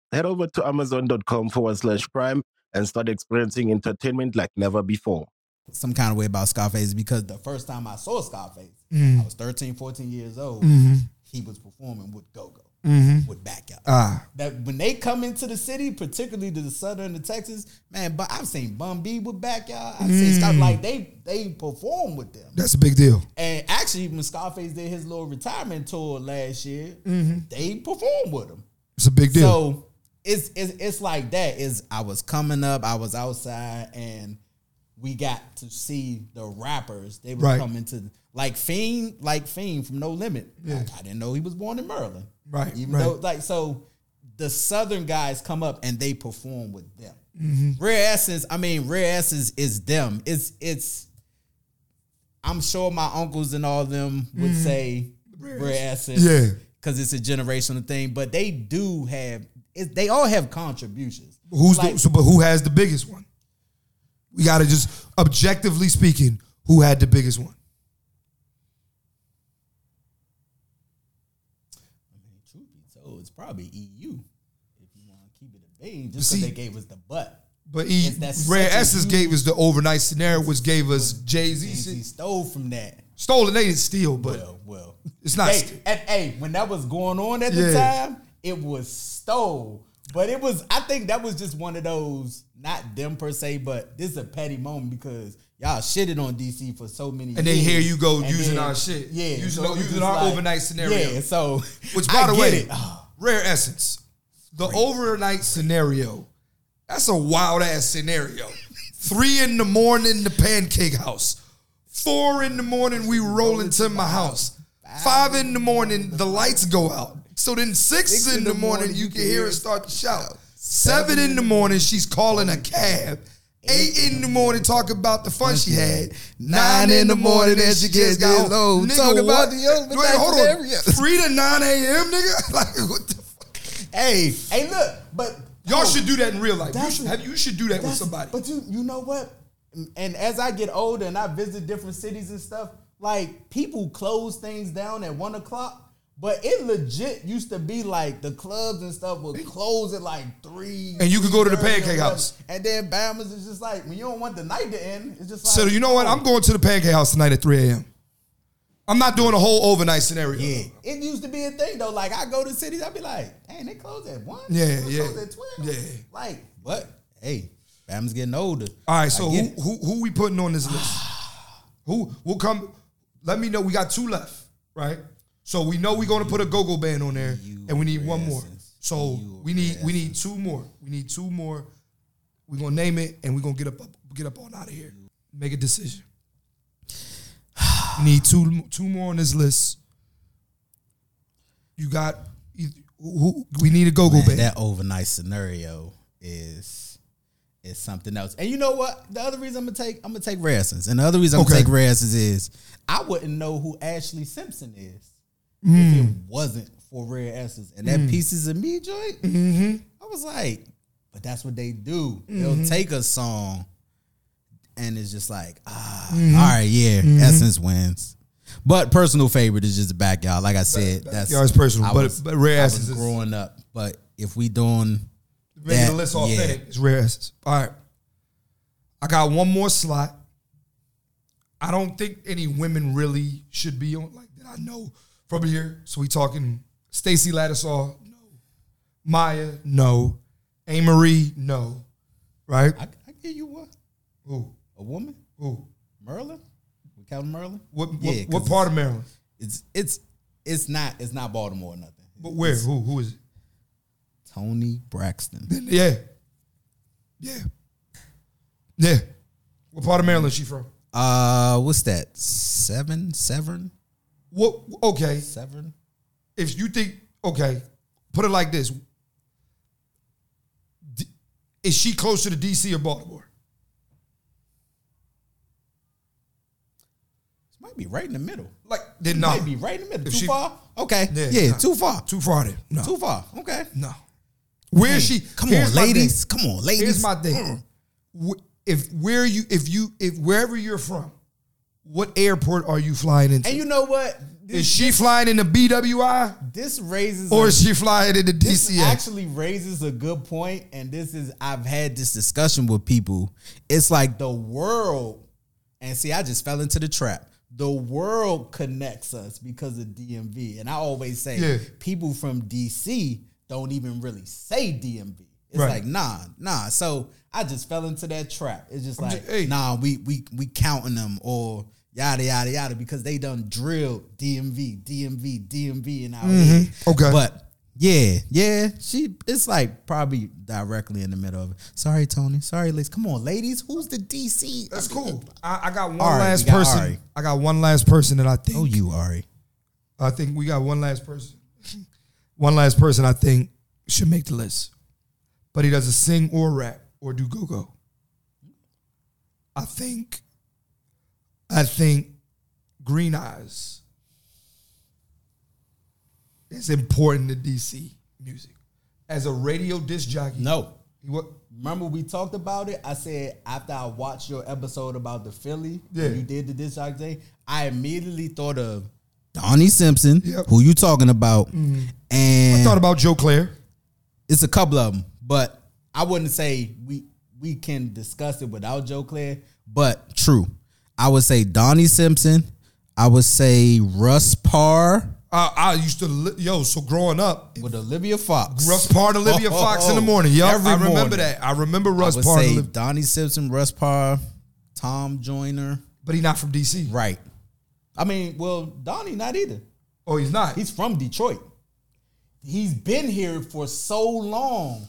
Speaker 6: Head over to amazon.com forward slash prime and start experiencing entertainment like never before.
Speaker 2: some kind of way about Scarface because the first time I saw Scarface,
Speaker 1: Mm-hmm.
Speaker 2: I was 13, 14 years old. He was performing with Go Go, with Backyard.
Speaker 1: Mm-hmm. Ah.
Speaker 2: that when they come into the city, particularly to the southern of Texas, man, but I've seen Bum B with Backyard. I've seen stuff like they they perform with them.
Speaker 1: Mm. That's a big deal.
Speaker 2: And actually, when Scarface did his little retirement tour last year,
Speaker 1: Mm-hmm.
Speaker 2: they performed with him.
Speaker 1: It's a big deal.
Speaker 2: So it's, it's it's like that. Is I was coming up, I was outside, and we got to see the rappers. They were
Speaker 1: Right.
Speaker 2: coming to like Fiend, like Fiend from No Limit. I, I didn't know he was born in Maryland.
Speaker 1: Right,
Speaker 2: Even
Speaker 1: right.
Speaker 2: though like so the Southern guys come up and they perform with them.
Speaker 1: Mm-hmm.
Speaker 2: Rare Essence, I mean, Rare Essence is them. It's it's I'm sure my uncles and all them would say rare essence.
Speaker 1: Mm-hmm. Yeah.
Speaker 2: Cause it's a generational thing. But they do have it, they all have contributions.
Speaker 1: Who's
Speaker 2: like,
Speaker 1: the, so, but who has the biggest one? We gotta just objectively speaking, who had the biggest one?
Speaker 2: truth be told, it's probably EU. If you want to keep it a bean, just
Speaker 1: See-
Speaker 2: because they gave us the butt.
Speaker 1: But E,
Speaker 2: Yes, that's
Speaker 1: Rare
Speaker 2: such a
Speaker 1: Essence
Speaker 2: huge-
Speaker 1: gave us the overnight scenario, which gave us Jay
Speaker 2: He
Speaker 1: Z
Speaker 2: stole from that.
Speaker 1: stole it. They didn't steal, but
Speaker 2: Well, well.
Speaker 1: It's not
Speaker 2: Hey,
Speaker 1: st-
Speaker 2: and, hey, when that was going on at the
Speaker 1: Yeah.
Speaker 2: time, it was stole. But it was, I think that was just one of those, not them per se, but this is a petty moment because y'all shitted on DC for so many
Speaker 1: And then
Speaker 2: years.
Speaker 1: here you go
Speaker 2: And
Speaker 1: using our shit.
Speaker 2: Yeah.
Speaker 1: Using
Speaker 2: so
Speaker 1: our-
Speaker 2: it was
Speaker 1: using
Speaker 2: just
Speaker 1: our overnight scenario.
Speaker 2: Yeah, so.
Speaker 1: Which,
Speaker 2: I
Speaker 1: by the
Speaker 2: get
Speaker 1: way,
Speaker 2: it. Oh,
Speaker 1: rare essence. The overnight scenario. That's a wild ass scenario. Three in the morning, the pancake house. Four in the morning, we roll into my house. Five in the morning, the lights go out. So then six,
Speaker 2: Six
Speaker 1: in the morning, you can hear her start to shout. Seven in the morning, she's calling a cab. Eight in the morning, talk about the fun she had. Nine in the morning, then she gets got low. Nigga,
Speaker 2: Talk about
Speaker 1: what?
Speaker 2: the other
Speaker 1: Wait,
Speaker 2: things
Speaker 1: hold
Speaker 2: there,
Speaker 1: on.
Speaker 2: yeah.
Speaker 1: Three to nine a.m. Nigga, (laughs) like what the fuck?
Speaker 2: Hey, hey, look, but
Speaker 1: Y'all
Speaker 2: oh,
Speaker 1: should do that in real life. You
Speaker 2: That's-
Speaker 1: should, have, you should do that with
Speaker 2: that's-
Speaker 1: somebody.
Speaker 2: But you, you know what? And as I get older and I visit different cities and stuff, like people close things down at one o'clock. But it legit used to be like the clubs and stuff would close at like three,
Speaker 1: And you could go to the
Speaker 2: 3:30 or
Speaker 1: pancake
Speaker 2: whatever.
Speaker 1: house.
Speaker 2: And then Bama's is just like when you don't want the night to end, it's just like
Speaker 1: So you know what? I'm going to the pancake house tonight at 3 a.m. I'm not doing a whole overnight scenario.
Speaker 2: Yeah, it used to be a thing though. Like I go to cities, I'd be like, "Dang, they close at one.
Speaker 1: Yeah,
Speaker 2: They
Speaker 1: yeah.
Speaker 2: Close at twelve.
Speaker 1: Yeah.
Speaker 2: Like, but hey, Bam's getting older.
Speaker 1: All right. So
Speaker 2: I
Speaker 1: who,
Speaker 2: get it.
Speaker 1: who who we putting on this list?
Speaker 2: (sighs)
Speaker 1: who will come? Let me know. We got two left, right? So we know we're going to put a go-go band on there, and we need one more. So we need we need two more. We need two more. We're gonna name it, and we're gonna get up get up on out of here. Make a decision. We need two two more on this list. You got eith- who, who we need a go-go
Speaker 2: Man,
Speaker 1: band.
Speaker 2: that overnight scenario is is something else. And you know what? The other reason I'm gonna take I'm gonna take Razzins, and the other reason I'm
Speaker 1: Okay.
Speaker 2: gonna take Razzins is I wouldn't know who Ashley Simpson is if it wasn't for Rare Essence and that Pieces of Me joint. I was like, but that's what they do. They'll take a song, and it's just like, ah, all right, yeah, Essence wins. But personal favorite is just the backyard. Like I said, that's
Speaker 1: Backyard is personal,
Speaker 2: I
Speaker 1: but-
Speaker 2: was-
Speaker 1: but Rare
Speaker 2: I was
Speaker 1: Essence is-
Speaker 2: growing up. But if we doing
Speaker 1: Maybe
Speaker 2: That-
Speaker 1: the list
Speaker 2: yeah.
Speaker 1: authentic. It's rare essence. All right. I got one more slot. I don't think any women really should be on like that. I know from here. So we talking Stacy Lattisaw, no. Maya, no. Amory, no. Right?
Speaker 2: I, I give you what?
Speaker 1: Ooh,
Speaker 2: A woman?
Speaker 1: ooh.
Speaker 2: Merlin? We count Merlin?
Speaker 1: What what,
Speaker 2: Yeah, 'cause
Speaker 1: what part of Maryland?
Speaker 2: It's it's it's not it's not Baltimore or nothing.
Speaker 1: But where? Who who is it?
Speaker 2: Tony Braxton.
Speaker 1: Yeah. Yeah. Yeah. What part of Maryland she from?
Speaker 2: Uh what's that? Seven? Severn?
Speaker 1: What okay.
Speaker 2: Severn?
Speaker 1: if you think okay, put it like this: D- Is she closer to DC or Baltimore?
Speaker 2: This might be right in the middle.
Speaker 1: Like then
Speaker 2: It
Speaker 1: no,
Speaker 2: might be right in the middle.
Speaker 1: If
Speaker 2: too
Speaker 1: she-
Speaker 2: far? Okay.
Speaker 1: Yeah,
Speaker 2: Yeah,
Speaker 1: nah.
Speaker 2: too far.
Speaker 1: too far then. No,
Speaker 2: Too far. Okay.
Speaker 1: no. Where is
Speaker 2: Hey,
Speaker 1: she?
Speaker 2: Hmm. Come
Speaker 1: here's
Speaker 2: on,
Speaker 1: my thing.
Speaker 2: ladies. hmm. Come on, ladies.
Speaker 1: Here's my thing: Wh- If where you, if you, if wherever you're from, what airport are you flying into?
Speaker 2: And you know what?
Speaker 1: is
Speaker 2: This,
Speaker 1: she flying in the BWI
Speaker 2: this raises
Speaker 1: or
Speaker 2: a-
Speaker 1: is she flying in the
Speaker 2: this
Speaker 1: DCA?
Speaker 2: actually raises a good point and this is i've had this discussion with people it's like the world and see i just fell into the trap the world connects us because of dmv and i always say
Speaker 1: Yeah.
Speaker 2: people from dc don't even really say dmv it's
Speaker 1: Right.
Speaker 2: like nah nah so i just fell into that trap it's just like
Speaker 1: ju- hey.
Speaker 2: nah we we we counting them or yada yada yada because they done drilled dmv dmv dmv in our head.
Speaker 1: Mm-hmm. Okay.
Speaker 2: But Uh, yeah, yeah, she it's like probably directly in the middle of it. Sorry, Tony. Sorry, Liz. Come on, ladies. Who's the DC?
Speaker 1: That's cool. I, I got one
Speaker 2: Ari,
Speaker 1: last
Speaker 2: we got
Speaker 1: person.
Speaker 2: Ari.
Speaker 1: I got one last person that I think.
Speaker 2: Oh, you Ari.
Speaker 1: I think we got one last person. one last person I think should make the list. But he doesn't sing or rap or do go go. I think I think Green Eyes is important to DC music. As a radio disc jockey.
Speaker 2: No.
Speaker 1: He what
Speaker 2: Remember we talked about it? I said after I watched your episode about the Philly,
Speaker 1: Yeah.
Speaker 2: when you did the disc jockey thing, I immediately thought of Donnie Simpson,
Speaker 1: Yep.
Speaker 2: who you talking about, and
Speaker 1: I thought about Joe Claire.
Speaker 2: it's a couple of them, but I wouldn't say we we can discuss it without Joe Claire. But true, I would say Donnie Simpson. I would say Russ Parr
Speaker 1: I, I used to li- yo, so growing up,
Speaker 2: with Olivia Fox.
Speaker 1: Russ Parr, Olivia
Speaker 2: Oh,
Speaker 1: Fox in the
Speaker 2: oh,
Speaker 1: morning. Yo, I
Speaker 2: every
Speaker 1: remember
Speaker 2: morning.
Speaker 1: that. I remember
Speaker 2: I
Speaker 1: Russ
Speaker 2: would
Speaker 1: Parr. and
Speaker 2: say
Speaker 1: Olivia-
Speaker 2: Donnie Simpson, Russ Parr, Tom Joyner.
Speaker 1: But he's not from DC.
Speaker 2: Right. I mean, well, Donnie not either.
Speaker 1: Oh, he's not.
Speaker 2: He's from Detroit. He's been here for so long.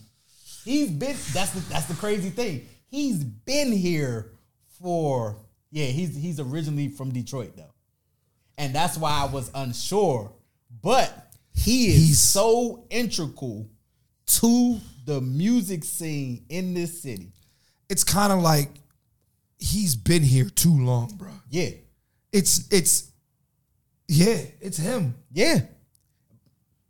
Speaker 2: He's been that's the that's the crazy thing. He's been here for yeah, he's he's originally from Detroit though. and that's why I was unsure. But he is
Speaker 1: He's-
Speaker 2: so integral to the music scene in this city.
Speaker 1: It's kind of like he's been here too long, bro.
Speaker 2: Yeah,
Speaker 1: It's it's yeah, it's him.
Speaker 2: yeah,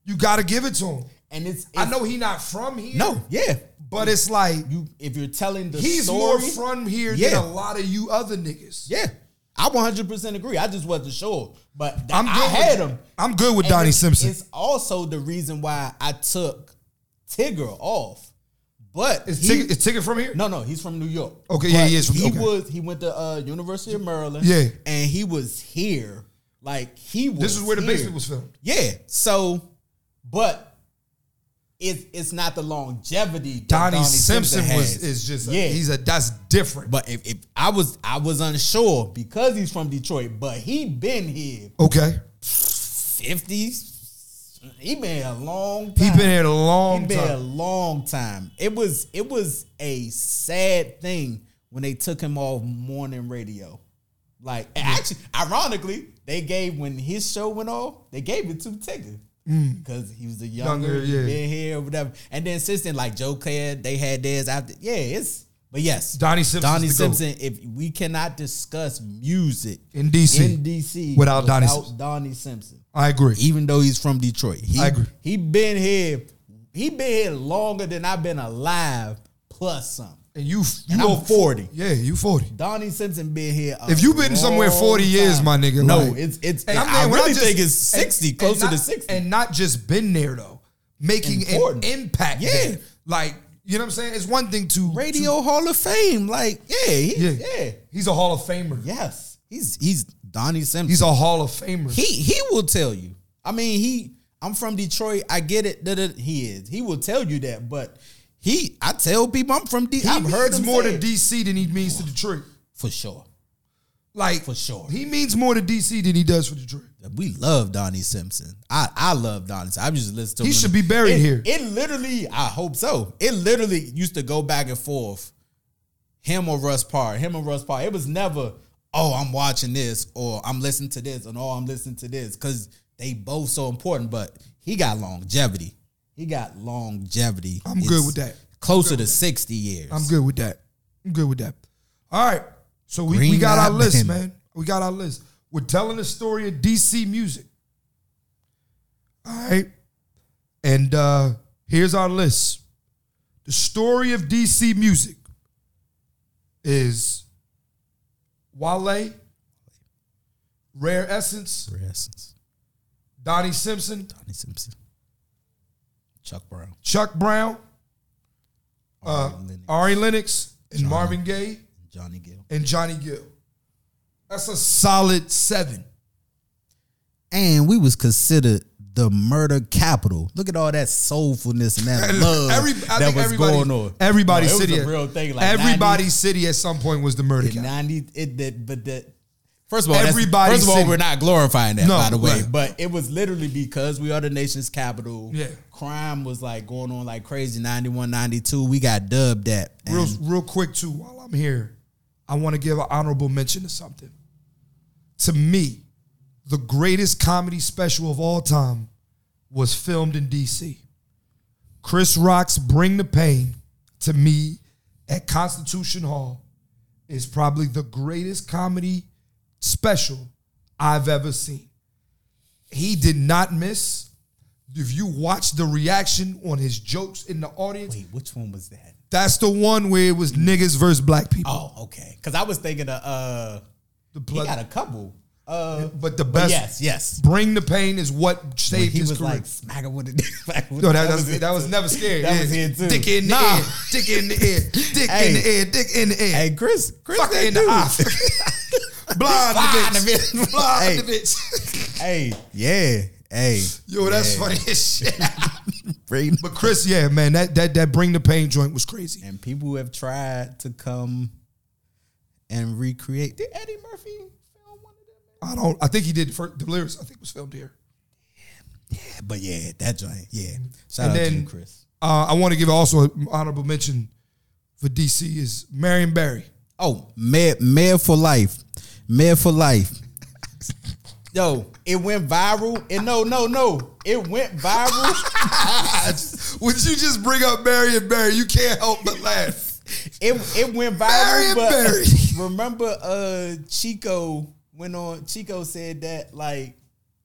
Speaker 1: You got to give it to him.
Speaker 2: and it's,
Speaker 1: I know he not from here.
Speaker 2: no, yeah.
Speaker 1: but it's like
Speaker 2: You if you're telling the
Speaker 1: he's
Speaker 2: story,
Speaker 1: more from here
Speaker 2: Yeah.
Speaker 1: than a lot of you other niggas.
Speaker 2: yeah. I 100 percent agree. I just wasn't sure, but th-
Speaker 1: I'm
Speaker 2: I
Speaker 1: good
Speaker 2: had
Speaker 1: with,
Speaker 2: him.
Speaker 1: I'm good with
Speaker 2: And
Speaker 1: Donnie
Speaker 2: it's-
Speaker 1: Simpson.
Speaker 2: It's also the reason why I took Tigger off. But
Speaker 1: Is
Speaker 2: he-
Speaker 1: ticket is ticket from here?
Speaker 2: no, no, he's from New York.
Speaker 1: Okay, yeah,
Speaker 2: But
Speaker 1: he is from-
Speaker 2: He
Speaker 1: okay.
Speaker 2: was. He went to uh, University of Maryland.
Speaker 1: Yeah.
Speaker 2: and he was here. Like he was.
Speaker 1: This is where the
Speaker 2: here.
Speaker 1: basement was filmed.
Speaker 2: Yeah. So, but it's it's not the longevity. that
Speaker 1: Donnie,
Speaker 2: Donnie
Speaker 1: Simpson, was
Speaker 2: has.
Speaker 1: is just
Speaker 2: Yeah.
Speaker 1: yeah. he's a that's different.
Speaker 2: But if, if I was I was unsure because he's from Detroit, but he been here
Speaker 1: okay,
Speaker 2: fifties. He been here a long.
Speaker 1: he
Speaker 2: time.
Speaker 1: been here a long
Speaker 2: It's been a
Speaker 1: time.
Speaker 2: long time. It was it was a sad thing when they took him off morning radio. Like and actually, ironically, they gave when his show went off, they gave it to Tigger because he was a younger,
Speaker 1: Mm. Younger,
Speaker 2: he
Speaker 1: yeah.
Speaker 2: been here or whatever. And then since then, like Joe Claire, they had theirs after. Yeah, it's but yes,
Speaker 1: Donnie Simpson's
Speaker 2: Donnie
Speaker 1: the GOAT.
Speaker 2: Simpson. If we cannot discuss music
Speaker 1: In DC.
Speaker 2: in DC
Speaker 1: Without Donnie Simpson.
Speaker 2: Donnie Simpson
Speaker 1: I agree.
Speaker 2: even though he's from Detroit. He,
Speaker 1: I agree.
Speaker 2: He been here. He been here longer than I've been alive, plus some.
Speaker 1: and you, f- you
Speaker 2: And
Speaker 1: know,
Speaker 2: I'm 40.
Speaker 1: Yeah, you forty.
Speaker 2: Donnie Simpson been here. a
Speaker 1: If you been somewhere 40
Speaker 2: long
Speaker 1: years,
Speaker 2: time.
Speaker 1: my nigga,
Speaker 2: No,
Speaker 1: like-
Speaker 2: it's it's.
Speaker 1: And I'm
Speaker 2: I
Speaker 1: saying, when
Speaker 2: really
Speaker 1: just-
Speaker 2: think it's
Speaker 1: and-
Speaker 2: sixty,
Speaker 1: and
Speaker 2: closer to
Speaker 1: not-
Speaker 2: sixty.
Speaker 1: and not just been there though, making
Speaker 2: Important.
Speaker 1: an impact.
Speaker 2: Yeah.
Speaker 1: there. like you know what I'm saying. It's one thing to
Speaker 2: Radio Hall of Fame, like yeah, he,
Speaker 1: to-
Speaker 2: yeah,
Speaker 1: yeah, he's a Hall of Famer.
Speaker 2: yes, he's he's Donnie Simpson.
Speaker 1: He's a Hall of Famer.
Speaker 2: he he will tell you. I mean, he. I'm from Detroit. I get it. Da, da, he is. He will tell you that, but. He, I tell people I'm from D.
Speaker 1: He
Speaker 2: have heard
Speaker 1: means
Speaker 2: him
Speaker 1: more
Speaker 2: say
Speaker 1: to
Speaker 2: it.
Speaker 1: DC than he means to Detroit.
Speaker 2: for sure.
Speaker 1: Like
Speaker 2: For sure.
Speaker 1: he means more to DC than he does for Detroit.
Speaker 2: We love Donnie Simpson. I, I love Donnie. Simpson. I just listen to
Speaker 1: He
Speaker 2: him.
Speaker 1: should be buried
Speaker 2: it,
Speaker 1: here.
Speaker 2: It literally, I hope so. It literally used to go back and forth. Him or Russ Parr, him or Russ Parr. It was never, oh, I'm watching this or I'm listening to this and oh, I'm listening to this because they both so important. But he got longevity. He got longevity.
Speaker 1: I'm good with that.
Speaker 2: Closer to 60 years.
Speaker 1: I'm good with that. I'm good with that. All right. So we, we
Speaker 2: Green
Speaker 1: got our
Speaker 2: Eyed
Speaker 1: list,
Speaker 2: Bandit.
Speaker 1: man. We got our list. We're telling the story of DC music. All right. And uh here's our list. The story of DC music is Wale, Rare Essence,
Speaker 2: For instance,
Speaker 1: Donnie Simpson,
Speaker 2: Donnie Simpson. Chuck Brown.
Speaker 1: Chuck Brown, uh,
Speaker 2: Ari Lennox,
Speaker 1: Ari Lennox, and Marvin Gaye,
Speaker 2: Johnny Gill.
Speaker 1: and Johnny Gill. That's a solid seven.
Speaker 2: and we was considered the murder capital. Look at all that soulfulness
Speaker 1: (laughs)
Speaker 2: and that love
Speaker 1: Every, I
Speaker 2: that
Speaker 1: think
Speaker 2: was
Speaker 1: everybody,
Speaker 2: going on.
Speaker 1: Everybody's
Speaker 2: No, it was
Speaker 1: city.
Speaker 2: a real thing, like
Speaker 1: everybody's city at some point was the murder
Speaker 2: The
Speaker 1: capital.
Speaker 2: ninety, it that, but that. First of all,
Speaker 1: Everybody's
Speaker 2: everybody. First of all,
Speaker 1: city.
Speaker 2: we're not glorifying that,
Speaker 1: No,
Speaker 2: by the way.
Speaker 1: right.
Speaker 2: But it was literally because we are the nation's capital.
Speaker 1: Yeah.
Speaker 2: crime was like going on like crazy. 91, 92, we got dubbed that. And
Speaker 1: Real, real quick too. While I'm here, I want to give an honorable mention to something. To me, the greatest comedy special of all time was filmed in D.C. Chris Rock's "Bring the Pain" to me at Constitution Hall is probably the greatest comedy special I've ever seen. He did not miss. If you watch the reaction on his jokes in the audience,
Speaker 2: wait, which one was that?
Speaker 1: that's the one where it was niggas versus black people.
Speaker 2: Oh, okay. Because I was thinking of uh,
Speaker 1: the
Speaker 2: he
Speaker 1: blood,
Speaker 2: got a couple. Uh,
Speaker 1: but the best.
Speaker 2: yes, yes.
Speaker 1: Bring the pain is what
Speaker 2: When
Speaker 1: saved
Speaker 2: he
Speaker 1: his
Speaker 2: was
Speaker 1: career.
Speaker 2: like smack it with it. (laughs) smack it with
Speaker 1: no,
Speaker 2: it.
Speaker 1: that, that, was,
Speaker 2: it
Speaker 1: that was
Speaker 2: too.
Speaker 1: never scary.
Speaker 2: That was
Speaker 1: Yeah.
Speaker 2: it too.
Speaker 1: Dick in the
Speaker 2: Nah.
Speaker 1: air, dick in the air, dick in the
Speaker 2: Hey.
Speaker 1: air, dick in the air.
Speaker 2: Hey, Chris, Chris,
Speaker 1: Fuck
Speaker 2: that
Speaker 1: in the
Speaker 2: dude. (laughs)
Speaker 1: eye. (laughs) Blind
Speaker 2: Blind
Speaker 1: the
Speaker 2: the
Speaker 1: bitch.
Speaker 2: bitch.
Speaker 1: (laughs) Blind
Speaker 2: Hey.
Speaker 1: the bitch. (laughs)
Speaker 2: Hey, yeah, hey,
Speaker 1: Yo, that's funny as shit.
Speaker 2: (laughs) bring.
Speaker 1: But Chris, yeah, man, that that that bring the pain joint was crazy.
Speaker 2: (laughs) And people who have tried to come and recreate. Did Eddie Murphy film one of them?
Speaker 1: I don't. I think he did first, the lyrics. I think was filmed here.
Speaker 2: Yeah, But yeah, that joint. Yeah, shout
Speaker 1: And
Speaker 2: out to
Speaker 1: then-
Speaker 2: you, Chris.
Speaker 1: Uh, I want to give also an honorable mention for DC is Marion Barry.
Speaker 2: Oh, mayor, mayor for life, mayor for life. Yo, it went viral. And no, no, no. It went viral.
Speaker 1: (laughs) Would you just bring up Mary and Barry? You can't help but laugh.
Speaker 2: It it went
Speaker 1: Barry
Speaker 2: viral.
Speaker 1: and
Speaker 2: But
Speaker 1: Barry.
Speaker 2: (laughs) remember uh Chico went on Chico said that like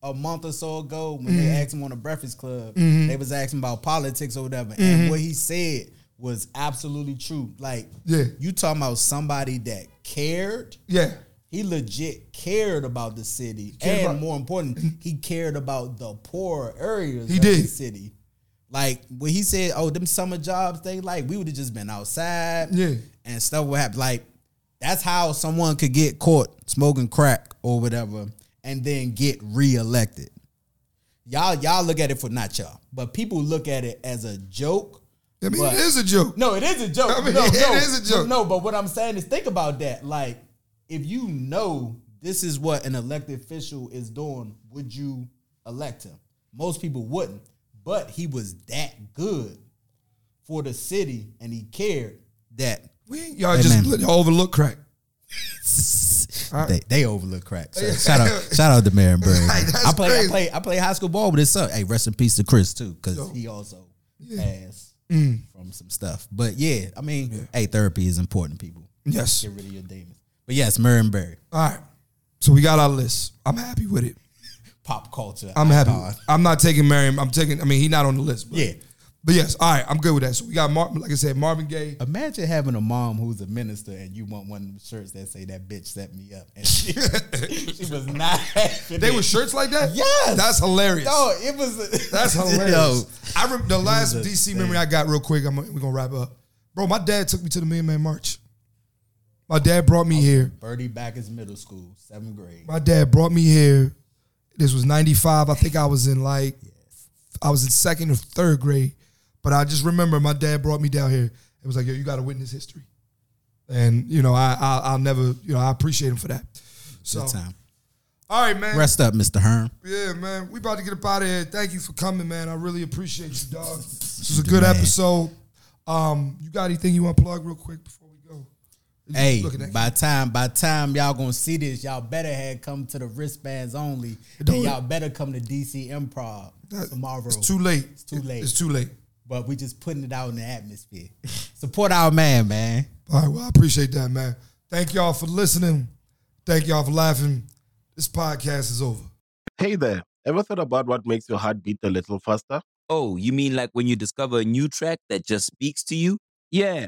Speaker 2: a month or so ago when they
Speaker 1: Mm-hmm.
Speaker 2: asked him on the Breakfast Club, they was asking about politics or whatever.
Speaker 1: Mm-hmm.
Speaker 2: And what he said was absolutely true. Like
Speaker 1: Yeah.
Speaker 2: you talking about somebody that cared.
Speaker 1: Yeah.
Speaker 2: He legit cared about the city,
Speaker 1: cared
Speaker 2: and
Speaker 1: about-
Speaker 2: more
Speaker 1: (laughs)
Speaker 2: important, he cared about the poor areas
Speaker 1: He
Speaker 2: of the
Speaker 1: did.
Speaker 2: city. Like when he said, "Oh, them summer jobs, they like we would have just been outside,
Speaker 1: Yeah.
Speaker 2: and stuff would happen." Like that's how someone could get caught smoking crack or whatever, and then get reelected. Y'all, y'all look at it for not y'all, but people look at it as a joke.
Speaker 1: I mean,
Speaker 2: But-
Speaker 1: it is a joke.
Speaker 2: No, it is a joke.
Speaker 1: I mean, (laughs)
Speaker 2: no,
Speaker 1: it
Speaker 2: no,
Speaker 1: is a joke.
Speaker 2: No, but what I'm saying is think about that. Like, if you know this is what an elected official is doing, would you elect him? Most people wouldn't. But he was that good for the city and he cared that
Speaker 1: We ain't- y'all
Speaker 2: Hey,
Speaker 1: just
Speaker 2: man.
Speaker 1: let- overlook crack.
Speaker 2: they, they overlook crack.
Speaker 1: (laughs)
Speaker 2: So shout out shout out to Marion Bird.
Speaker 1: Right, that's
Speaker 2: I play I
Speaker 1: crazy.
Speaker 2: play I play high school ball with his son. Hey, rest in peace to Chris too, because
Speaker 1: Yo. Mm.
Speaker 2: he also passed from some stuff. But yeah, I mean, hey, therapy is important, people.
Speaker 1: Yes.
Speaker 2: Get rid of your demons. But yes, Marion Bird,
Speaker 1: All right. So we got our list. I'm happy with it.
Speaker 2: pop culture.
Speaker 1: I'm happy.
Speaker 2: icon.
Speaker 1: I'm not taking Marion. I'm taking. I mean, he not on the list. But,
Speaker 2: Yeah.
Speaker 1: But yes. All right. I'm good with that. So we got Marvin. Like I said, Marvin Gaye.
Speaker 2: Imagine having a mom who's a minister and you want one of them shirts that say that bitch set me up. And
Speaker 1: (laughs)
Speaker 2: she, she was not happy.
Speaker 1: They were shirts like that.
Speaker 2: Yes.
Speaker 1: That's hilarious.
Speaker 2: (laughs) No, it was
Speaker 1: That's hilarious.
Speaker 2: (laughs) Yo,
Speaker 1: I remember the last
Speaker 2: a
Speaker 1: DC memory I got real quick. I'm, we're gonna wrap up, bro. My dad took me to the Million Man March. My dad brought me here.
Speaker 2: Birdie back is middle school, seventh grade.
Speaker 1: My dad brought me here. This was '95. I think I was in like, I was in second or third grade, but I just remember my dad brought me down here. It was like, yo, you got to witness history, and you know, I, I I'll never, you know, I appreciate him for that. So,
Speaker 2: Good time.
Speaker 1: all right, man.
Speaker 2: Rest up, Mr. Herm.
Speaker 1: Yeah, man. We about to get up out of here. Thank you for coming, man. I really appreciate you, dog. This was a
Speaker 2: The
Speaker 1: good
Speaker 2: man.
Speaker 1: episode. Um, you got anything you want to plug real quick before we go?
Speaker 2: Hey,
Speaker 1: Look at that.
Speaker 2: by time by time y'all gonna see this, y'all better had come to the wristbands only.
Speaker 1: Don't-
Speaker 2: And y'all better come to DC Improv
Speaker 1: That-
Speaker 2: tomorrow.
Speaker 1: It's too late. It's
Speaker 2: too late.
Speaker 1: It's too late.
Speaker 2: but we just putting it out in the atmosphere. Support our man, man.
Speaker 1: All right. Well, I appreciate that, man. Thank y'all for listening. Thank y'all for laughing. This podcast is over.
Speaker 6: Hey there, ever thought about what makes your heart beat a little faster?
Speaker 7: Oh, you mean like when you discover a new track that just speaks to you?
Speaker 8: Yeah.